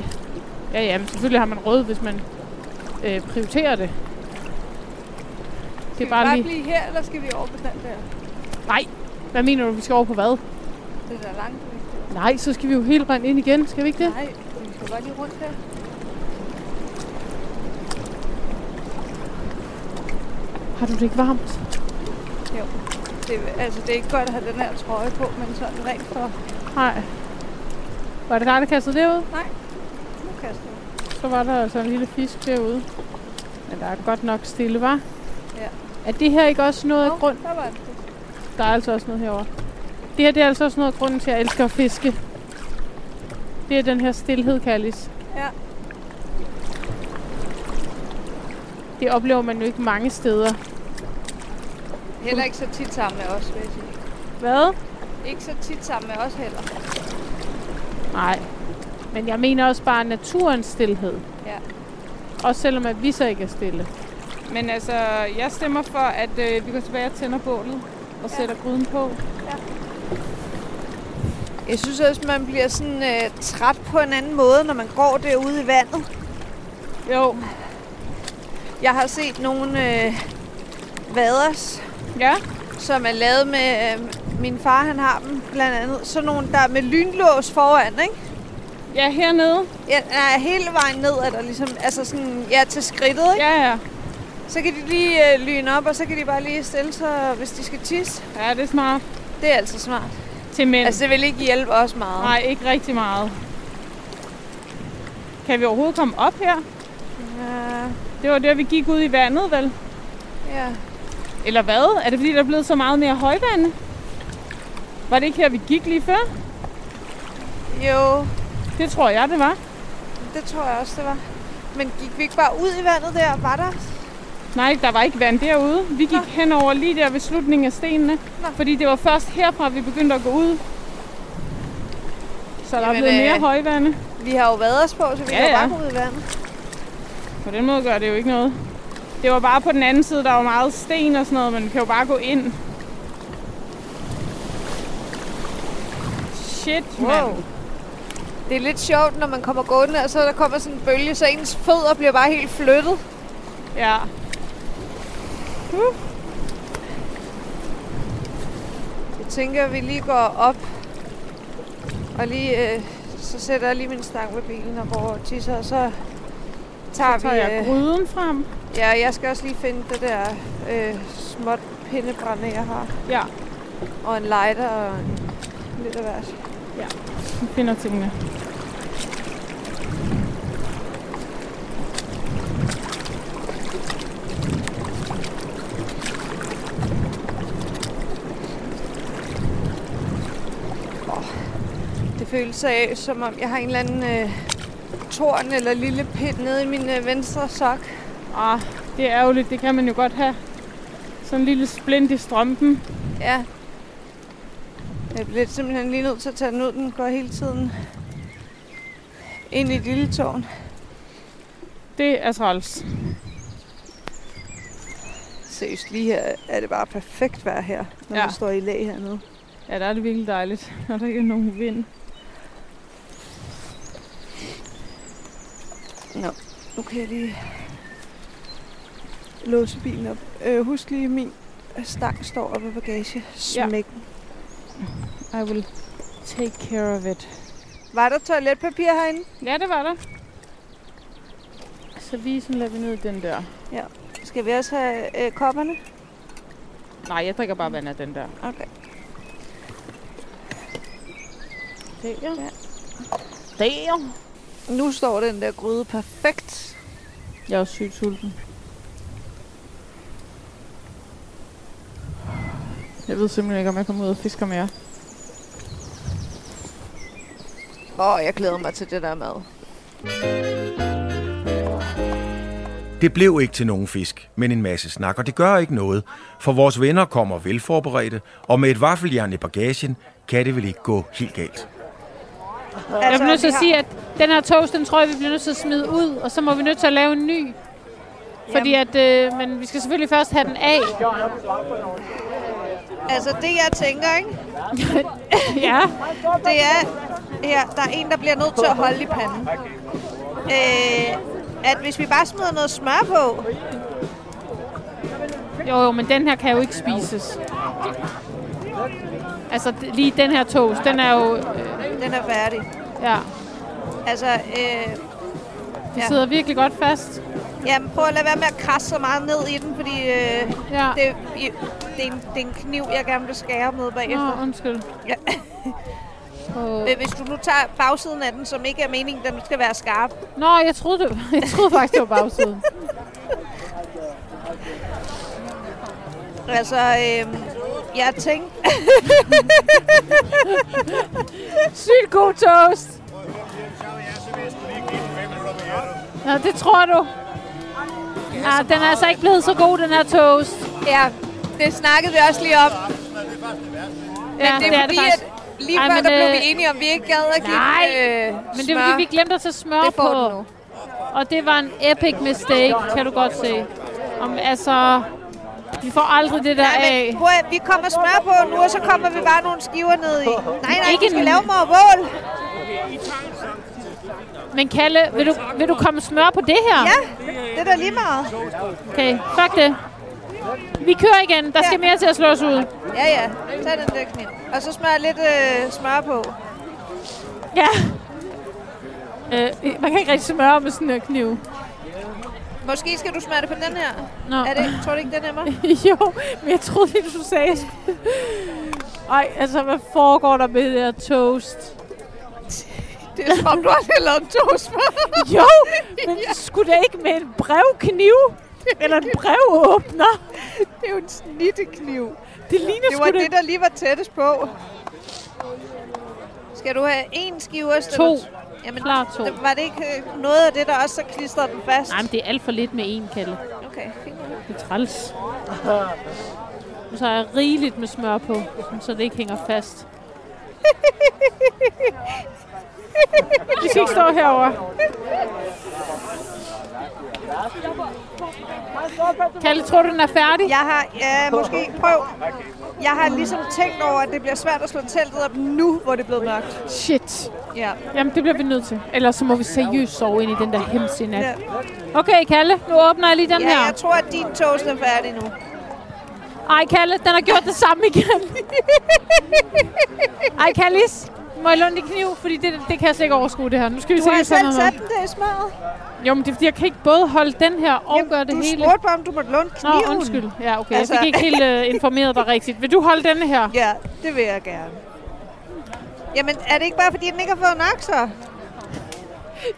ja, ja, men selvfølgelig har man råd, hvis man øh, prioritere det. Det Skal vi er bare bare lige... blive her, eller skal vi over på den der? Hvad mener du, vi skal over på hvad? Det der langt væk. Nej, så skal vi jo helt rent ind igen. Skal vi ikke det? Nej, men vi skal bare lige rundt her. Har du det ikke varmt? Det, er- altså, det er ikke godt at have den her trøje på, men sådan rent for Nej. Var det dig, der kastede det ud? kastet. Så var der altså en lille fisk derude. Men der er godt nok stille, var? Ja. Er det her ikke også noget af grund? Der var det. Der er altså også noget herovre. Det her det er altså også noget af grunden til, at jeg elsker at fiske. Det er den her stillhed, Kallis. Ja. Det oplever man jo ikke mange steder. Heller ikke så tit sammen med os, vil jeg sige. Hvad? Ikke så tit sammen med os heller. Nej. Men jeg mener også bare naturens stillhed. Ja. Også selvom at vi så ikke er stille. Men altså, jeg stemmer for, at øh, vi går tilbage og tænder bålet og ja. sætter gryden på. Jeg synes også, man bliver sådan øh, træt på en anden måde, når man går derude i vandet. Jo. Jeg har set nogle øh, vaders, Ja. som er lavet med... Øh, min far, han har dem blandt andet. Sådan nogle, der er med lynlås foran, ikke? Ja, hernede. Ja, nej, hele vejen ned er der ligesom... Altså sådan, ja, til skridtet, ikke? Ja, ja. Så kan de lige øh, lyne op, og så kan de bare lige stille sig, hvis de skal tisse. Ja, det er smart. Det er altså smart. Til mænd. Altså, det vil ikke hjælpe os meget. Nej, ikke rigtig meget. Kan vi overhovedet komme op her? Ja, Det var der, vi gik ud i vandet, vel? Øh, ja. Eller hvad? Er det fordi, der er blevet så meget mere højvande? Var det ikke her, vi gik lige før? Jo, Det tror jeg, det var. det tror jeg også, det var. Men gik vi ikke bare ud i vandet der? Var der? Nej, der var ikke vand derude. Vi gik henover lige der ved slutningen af stenene. Nå. Fordi det var først herfra, vi begyndte at gå ud. Så der er Jamen, blevet mere øh, højvande. Vi har jo været os på, så vi ja, Ja, kan ja. ja. bare gå ud i vandet. På den måde gør det jo ikke noget. Det var bare på den anden side, der var meget sten og sådan noget, men vi kan jo bare gå ind. Shit, mand. Wow. Det er lidt sjovt, når man kommer gående, og så der kommer sådan en bølge, så ens fødder bliver bare helt flyttet. Ja. Jeg tænker, at vi lige går op, og lige, øh, så sætter jeg lige min stang ved bilen og går over og tisser, og så tager, Så tager vi... øh, jeg gryden frem. ja, jeg skal også lige finde det der øh, småt pindebrænde, jeg har, Ja, og en lighter og en lidt af hvert. vi finder tingene. Det føles af, som om jeg har en eller anden øh, torn eller lille pind nede i min øh, venstre sok. Ah, det er ærgerligt. Det kan man jo godt have. Sådan en lille splint i strømpen. Ja. Jeg bliver simpelthen lige nødt til at tage den ud. Den går hele tiden ind i et lille tårn. Det er træls. Seriøst, lige her er det bare perfekt vejr her, når Ja. ja. man står i lag hernede. Ja, der er det virkelig dejligt, når der ikke er nogen vind. Nu kan jeg lige... Låse bilen op. Øh, husk lige, min stang står oppe ved bagage. Ja. Smæk ja. I will take care of it. Var der toiletpapir herinde? Ja, det var der. Så visen lader vi ned i den der. Skal vi også have øh, kopperne? Nej, jeg drikker bare vand af den der. Okay. Der. Ja. Der. Nu står den der gryde perfekt. Jeg er også sygt sulten. Jeg ved simpelthen ikke, om jeg kommer ud og fisker mere. Åh, oh, jeg glæder mig til det der mad. Det blev ikke til nogen fisk, men en masse snak, og det gør ikke noget, for vores venner kommer velforberedte, og med et vaffeljern i bagagen kan det vel ikke gå helt galt. Jeg bliver nødt til at sige, at den her toast, den tror jeg, vi bliver nødt til at smide ud, og så må vi nødt til at lave en ny. Fordi at, øh, men vi skal selvfølgelig først have den af. Altså det, jeg tænker, ikke? Ja. Det er, ja, der er en, der bliver nødt til at holde i panden. Øh, at hvis vi bare smider noget smør på... Jo, jo, men den her kan jo ikke spises. Altså, d- lige den her toast, den er jo... Øh, Den er færdig. ja, Altså, øh, det Ja. sidder virkelig godt fast. jamen, prøv at lade være med at krasse så meget ned i den, fordi øh, Ja. det, i- det, er en, det er en kniv, jeg gerne vil skære med bagefter. Nå, undskyld. Ja. Åh. Øh, Hvis du nu tager bagsiden af den, som ikke er meningen, den skal være skarp. Nå, jeg troede, det, jeg troede faktisk, det var bagsiden. Altså, øh, jeg tænkte... Sygt god toast! Nå, det tror du. Ah, den er altså ikke blevet så god, den her toast. Ja, det snakkede vi også lige om. Ja, Det er, fordi, faktisk. at lige Ej, før, men, der blev øh, vi enige om, at vi ikke gad at give nej, øh, Men det er fordi, vi glemte at tage smør Det får på. du nu. Og det var en epic mistake, kan du godt se. Om, altså, vi får aldrig det der Nej, af. men prøv at, vi kommer smør på nu, og så kommer vi bare nogle skiver ned i. Nej, nej, Ikke ikke du skal en- lave mig over bål. Men Kalle, vil du, vil du komme smør på det her? Ja, det er da lige meget. Okay, fuck det. Vi kører igen. Der skal Ja. mere til at slå os ud. Ja, ja, tag den der kniv. Og så smør lidt øh, smør på. Ja. Øh, man kan ikke rigtig smøre med sådan en kniv. Måske skal du smøre det på den her. Nå. Er det, tror du ikke, det er nemmere? jo, men jeg troede lige, du sagde... jeg skulle- Ej, altså, hvad foregår der med det der toast? det er som om, du har lavet to smør. Jo, men ja. skulle det ikke med en brevkniv? Eller en brevåbner? Det er jo en snittekniv. Det ligner Det sgu var da... det, der lige var tættest på. Skal du have en skive ost? To. eller- Jamen, Klar to. der- Var det ikke øh, noget af det, der også så klistrede den fast? Nej, men det er alt for lidt med én, Kalle. Okay, fint. Det er træls. Nu så har jeg rigeligt med smør på, så det ikke hænger fast. Vi skal ikke stå herovre. Kalle, tror du, den er færdig? Jeg har, ja, måske, prøv. Jeg har ligesom tænkt over, at det bliver svært at slå teltet op nu, hvor det er blevet mørkt. Shit. Ja. Jamen, det bliver vi nødt til. Ellers så må vi seriøst sove ind i den der hemmelige Ja. nat. Okay, Kalle, nu åbner jeg lige den ja, her. jeg tror, at din toast er færdig nu. Ej, Kalle, den har gjort det samme igen. Ej, Kallis, må jeg låne din kniv? Fordi det, det kan jeg slet ikke overskue det her. Nu skal vi Du har se, selv sådan sat noget. den der i smøret. Jo, men det er fordi, jeg kan ikke både holde den her og gøre det du hele. spurgte bare, om du måtte låne Nå, kniven. undskyld. Ja, okay. Altså- Jeg fik ikke helt uh, informeret dig rigtigt. Vil du holde denne her? Ja, det vil jeg gerne. Jamen, er det ikke bare, fordi den ikke har fået nok, så?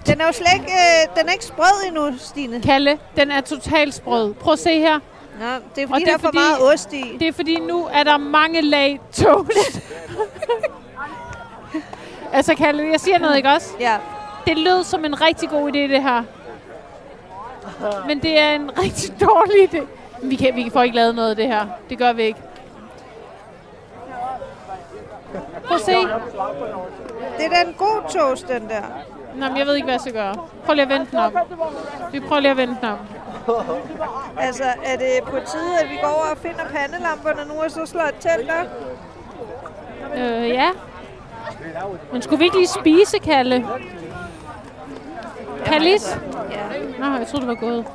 Den er jo slet ikke, øh, den er ikke sprød endnu, Stine. Kalle, den er totalt sprød. Prøv at se her. Nå, det er fordi, Og det der er er for fordi- meget ost i. Det er fordi, nu er der mange lag toast. altså, Kalle, jeg siger noget, ikke også? Ja, Det lød som en rigtig god idé, det her. Men det er en rigtig dårlig idé. Men Vi, kan, vi får ikke lavet noget af det her. Det gør vi ikke. Prøv at se. det er da en god toast, den der. Nå, men jeg ved ikke, hvad jeg skal gøre. Prøv lige at vente den om. Vi prøver lige at vente den om. Altså, er det på tide, at vi går over og finder pandelamperne nu, og så slår et telt op? Øh, ja. Men skulle vi ikke lige spise, Kalle? Kallis? Ja, Nå, jeg troede, du var gået.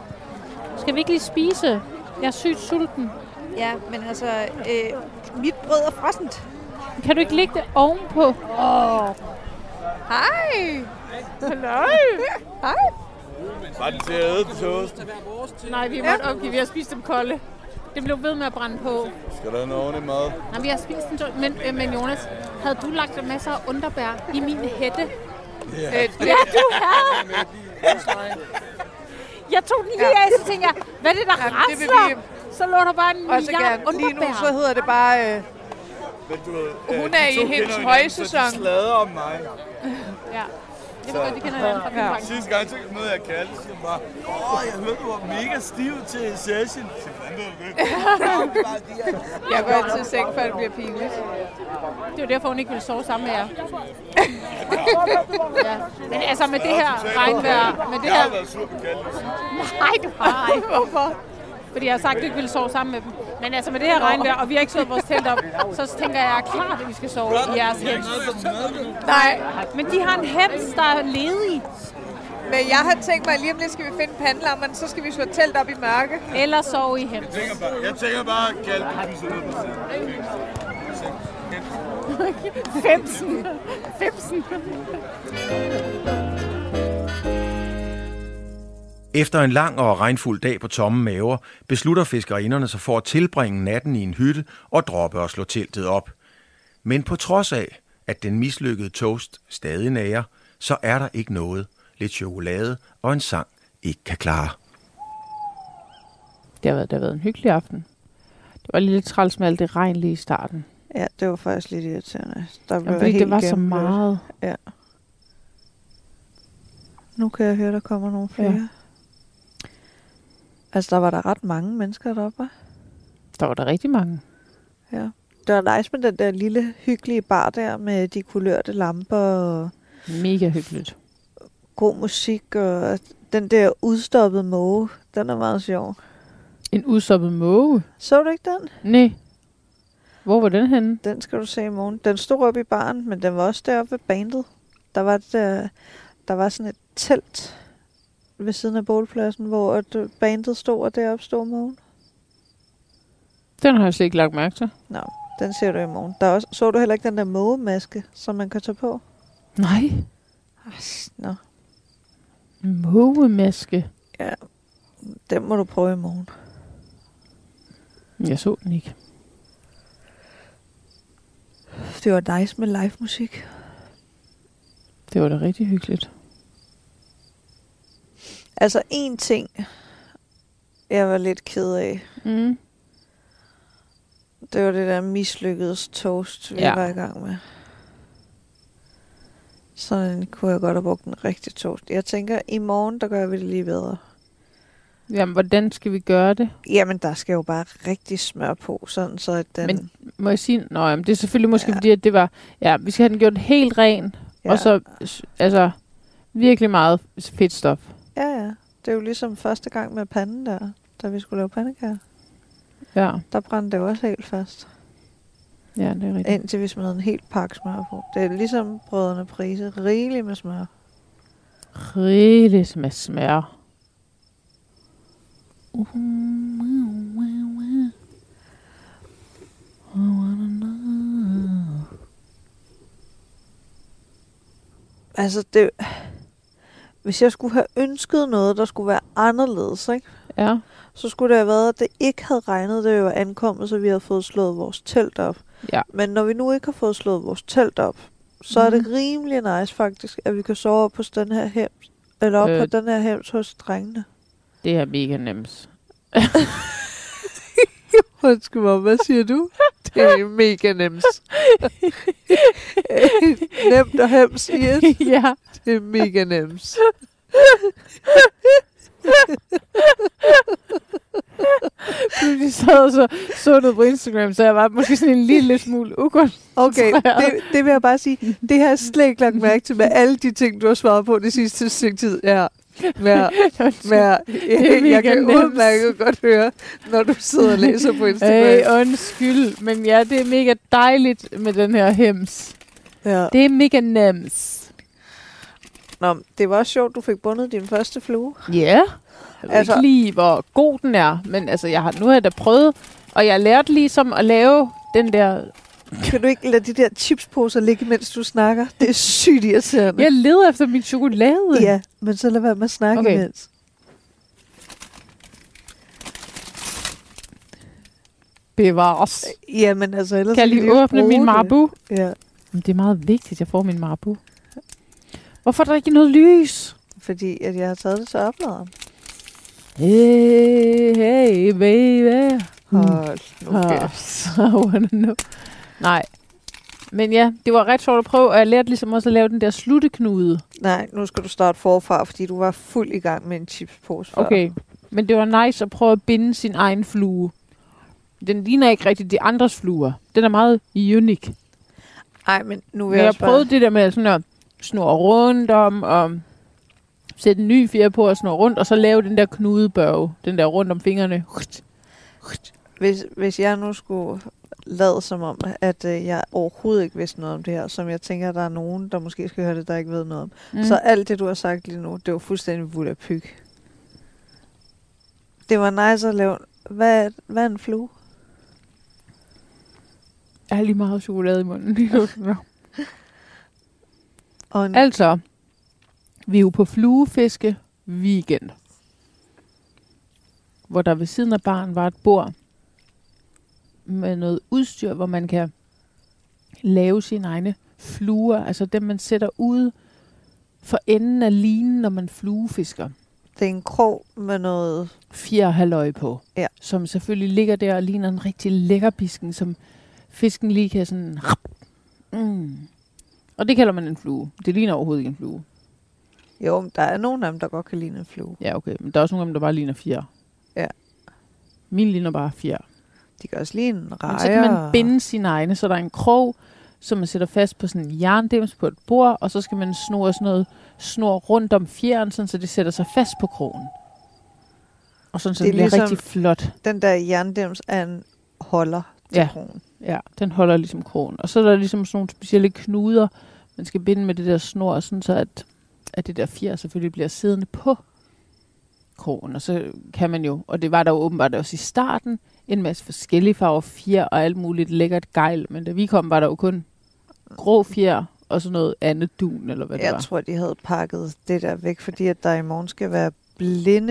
Skal vi ikke lige spise? Jeg er sygt sulten. ja men altså, øh, mit brød er frossent. Kan du ikke lægge det ovenpå? Åh, oh, Hej! Var den til at æde den toast? Nej, vi måtte opgive. Vi har spist dem kolde. Det blev ved med at brænde på. Skal der have noget ordentligt mad? Nej, vi har spist dem to- men, øh, men Jonas, havde du lagt masser af underbær i min hætte? Øh, Ja, du havde. Jeg tog den lige af, så tænkte jeg, hvad er det, der Jamen, det vil rasler? Så lå der bare en Og så milliard gerne. Lige nu, så underbær. hedder det bare... Øh, Men du ved, Hun øh, er de i to hendes kender hinanden, højsæson. Så de slader om mig. Ja. Jeg ved godt, det kender jeg fra filmbanken. Sidste gang, så mødte jeg Kalle, så hun bare, åh, jeg hørte, du var mega stiv til session. Så fandme er du ikke. jeg går altid i seng, før det bliver pinligt. Det var derfor, hun ikke ville sove sammen med jer. ja. Men altså med det her regnvejr, med det Jeg her... har været sur på Kalle. Nej, du har ikke. Hvorfor? Fordi jeg har sagt, at du ikke ville sove sammen med dem. Men altså med det her regnvejr, og vi har ikke slået vores telt op, så tænker jeg klart, at vi skal sove i jeres hens. Nej, Men de har en hens, der er ledig. Men jeg har tænkt mig, at lige om lidt skal vi finde pandelammeren, så skal vi slå telt op i mørke. Eller sove i hem. Jeg tænker bare, jeg tænker bare at kalde det noget på siden. Femsen. Femsen. Efter en lang og regnfuld dag på tomme maver, beslutter fiskerinderne sig for at tilbringe natten i en hytte og droppe og slå teltet op. Men på trods af, at den mislykkede toast stadig nager, så er der ikke noget, lidt chokolade og en sang ikke kan klare. Det har, været, det har været en hyggelig aften. Det var lidt træls med alt det regn lige i starten. Ja, det var faktisk lidt irriterende. Der blev Jamen, fordi helt det var så gennemblødt. meget. Nu kan jeg høre, der kommer nogle flere. Ja. Altså, der var der ret mange mennesker deroppe, hva'? Der var der rigtig mange. Det var nice med den der lille, hyggelige bar der, med de kulørte lamper og Mega hyggeligt. god musik, og den der udstoppede måge, den er meget sjov. En udsoppet måge. Så du ikke den? Nej. Hvor var den henne? Den skal du se i morgen. Den stod oppe i baren, men den var også deroppe ved bandet. Der var, et, øh, der var sådan et telt ved siden af bålpladsen, hvor at, øh, bandet stod, og deroppe stod mågen. Den har jeg slet ikke lagt mærke til. Den ser du i morgen. Der er også, så du heller ikke den der mågemaske, som man kan tage på? Nej. As, Nå, En mågemaske. den må du prøve i morgen. Jeg så den ikke. Det var nice med live musik. Det var da rigtig hyggeligt. Altså en ting, jeg var lidt ked af, Mm. det var det der mislykkedes toast, vi Ja. ja. var i gang med. Sådan kunne jeg godt have brugt en rigtig toast. Jeg tænker, i morgen, der gør vi det lige bedre. Jamen, hvordan skal vi gøre det? Jamen, der skal jo bare rigtig smør på, sådan så at den... Men- Må jeg sige? Nå, jamen, det er selvfølgelig måske ja. fordi, at det var... Ja, vi skal have den gjort helt ren. Ja. ja. Og så, s- altså, virkelig meget fedt stof. Ja, ja. Det er jo ligesom første gang med panden der, da vi skulle lave pandekager. Ja, Der brændte det jo også helt fast, ja det er rigtigt. indtil vi smed en helt pakke smør på. Det er ligesom brødrene prise, rigeligt med smør. Rigeligt med smør. Altså, det... Hvis jeg skulle have ønsket noget, der skulle være anderledes, ikke? Ja, så skulle det have været, at det ikke havde regnet, da vi var ankommet, så vi havde fået slået vores telt op. Ja. Men når vi nu ikke har fået slået vores telt op, så er det rimelig nice faktisk, at vi kan sove op på den her hems, eller op øh. på Øh. den her hems hos drengene. det er mega nemt. Undskyld mig, hvad siger du? Det er mega nemt. nemt og hems, yes. ja. Det er mega nemt. Pludselig sad og så, så noget på Instagram, så jeg var måske sådan en lille smule ukund. Okay, Tror jeg. det, det vil jeg bare sige. Det her er slet ikke lagt mærke til med alle de ting, du har svaret på det sidste stykke tid. Ja, ja, ja. Jeg, mega jeg kan nemt. udmærket godt høre, når du sidder og læser på Instagram. Hey, undskyld, men ja, det er mega dejligt med den her hems. Ja. Det er mega nemt. Nå, det var også sjovt, du fik bundet din første flue. Ja. Jeg ved Altså- altså, ikke lige, hvor god den er, men altså, jeg har, nu har jeg da prøvet, og jeg lærte ligesom at lave den der Kan du ikke lade de der chipsposer ligge, mens du snakker? Det er sygt irriterende. Jeg leder efter min chokolade. ja men så lad være med at snakke Okay. okay. imens. Bevares. Jamen altså, ellers... Kan jeg så vi lige jo åbne bruge min det. marabu? Ja, Jamen, Det er meget vigtigt, at jeg får min marabu. Hvorfor er der ikke noget lys? fordi at jeg har taget det til opladeren. Hey, hey, baby. Hold nu Ah, kæft. I wanna know. Nej. Men ja, det var ret sjovt at prøve, og jeg lærte ligesom også at lave den der slutteknude. Nej, nu skal du starte forfra, fordi du var fuld i gang med en chipspose før. Okay. Men det var nice at prøve at binde sin egen flue. Den ligner ikke rigtig de andres fluer. Den er meget unik. Ej, men nu vil Men jeg, jeg også prøvede det der med sådan at snurre rundt om, og sætte en ny fjer på og snurre rundt, og så lave den der knudebørge, den der rundt om fingrene. Bare, hvis, hvis jeg nu skulle lade som om, at øh, jeg overhovedet ikke vidste noget om det her, som jeg tænker, der er nogen, der måske skal høre det, der ikke ved noget om. Mm. Så alt det, du har sagt lige nu, det var fuldstændig vulapyg. Det var nice at lave. Hvad, hvad er en flue? Jeg har lige meget chokolade i munden lige nu. Nå. Og en, altså, vi er jo på fluefiske weekend. Hvor der ved siden af baren var et bord med noget udstyr, hvor man kan lave sine egne fluer. Altså dem, man sætter ude for enden af linen, når man fluefisker. det er en krog med noget... fire halvøje på. Ja. Som selvfølgelig ligger der og ligner en rigtig lækker bisken, som fisken lige kan sådan... Mm. Og det kalder man en flue. Det ligner overhovedet ikke en flue. Jo, men der er nogen af dem, der godt kan ligne en flue. Ja, okay. Men der er også nogle af dem, der bare ligner fire. Ja. Min ligner bare fire. De kan også ligne en rejer. Men så kan man og- binde sine egne, så der er en krog, som man sætter fast på sådan en jerndims på et bord, og så skal man snore sådan noget snor rundt om fjeren, sådan, så det sætter sig fast på krogen. Og sådan, så Det det, er det bliver ligesom- rigtig flot. Den der jerndems er en holder til Ja. krogen. Ja, den holder ligesom krogen. Og så er der ligesom sådan nogle specielle knuder, man skal binde med det der snor, sådan så at, at det der fjer selvfølgelig bliver siddende på krogen. Og så kan man jo, og det var der jo åbenbart også i starten, en masse forskellige farver fjer og alt muligt lækkert gejl. Men da vi kom, var der jo kun grå fjer og sådan noget andet dun, eller hvad det Jeg var. tror, de havde pakket det der væk, fordi at der i morgen skal være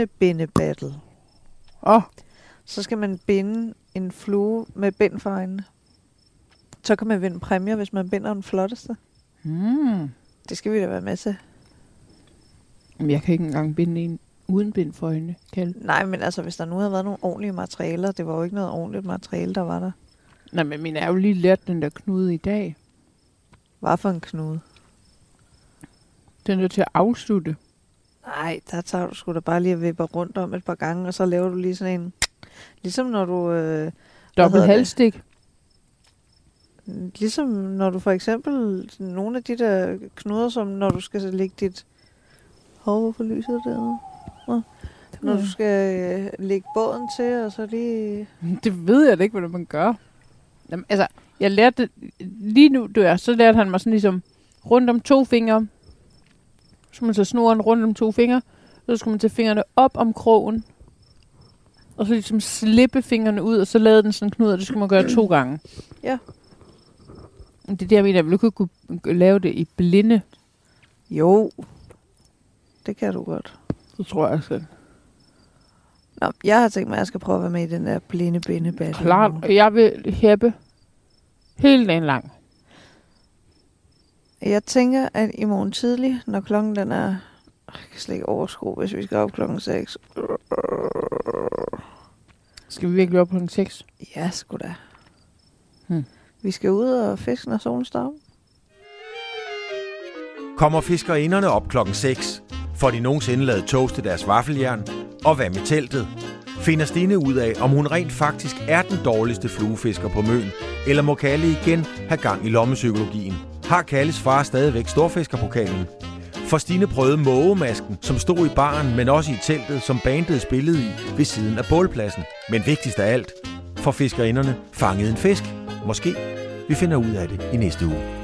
blindebindebattle. Åh, Så skal man binde en flue med bind for øjnene. Så kan man vinde præmier, hvis man binder den flotteste. hmm. Det skal vi da være med til. Jamen, jeg kan ikke engang binde en uden bind for øjnene, Kalle. Nej, men altså, hvis der nu havde været nogle ordentlige materialer, det var jo ikke noget ordentligt materiale, der var der. Nej, men min er jo lige lært den der knude i dag. Hvad for en knude? Den er nødt til at afslutte. Nej, der tager du sgu da bare lige at vippe rundt om et par gange, og så laver du lige sådan en... Ligesom når du... Øh, Hvad Dobbelt hedder det? halvstik. Ligesom når du for eksempel, nogle af de der knuder, som når du skal så lægge dit... Hov, hvorfor lyser det dernede? Nå. Når du skal øh, lægge båden til, og så lige... Det ved jeg da ikke, hvordan man gør. Jamen, altså, jeg lærte det, lige nu, du er, så lærte han mig sådan ligesom rundt om to fingre. Så skulle man tage snoren rundt om to fingre. Så skulle man tage fingrene op om krogen. Og så ligesom slippe fingrene ud, og så lavede den sådan en knude, og det skulle man gøre to gange. Ja. Men Det er det, jeg mener. Jeg ville ikke kunne lave det i blinde. Jo, det kan du godt. Det tror jeg selv. Nå, jeg har tænkt mig, at jeg skal prøve at være med i den der blinde binde Klart. og Jeg vil hæppe hele dagen lang. Jeg tænker, at i morgen tidlig, når klokken den er... Jeg kan slet ikke overskue, hvis vi skal op klokken 6. Skal vi virkelig op på en 6? Ja, sgu da. Hmm. Vi skal ud og fiske, når solen står. op. Kommer fiskerinderne op klokken 6? Får de nogensinde lavet toast til deres vaffeljern? Og hvad med teltet? Finder Stine ud af, om hun rent faktisk er den dårligste fluefisker på møn, eller må Kalle igen have gang i lommepsykologien? Har Kalles far stadigvæk storfiskerpokalen? For Stine prøvede mågemasken, som stod i baren, men også i teltet, som bandet spillede i ved siden af bålpladsen. Men vigtigst af alt, for fiskerinderne fangede en fisk. Måske. Vi finder ud af det i næste uge.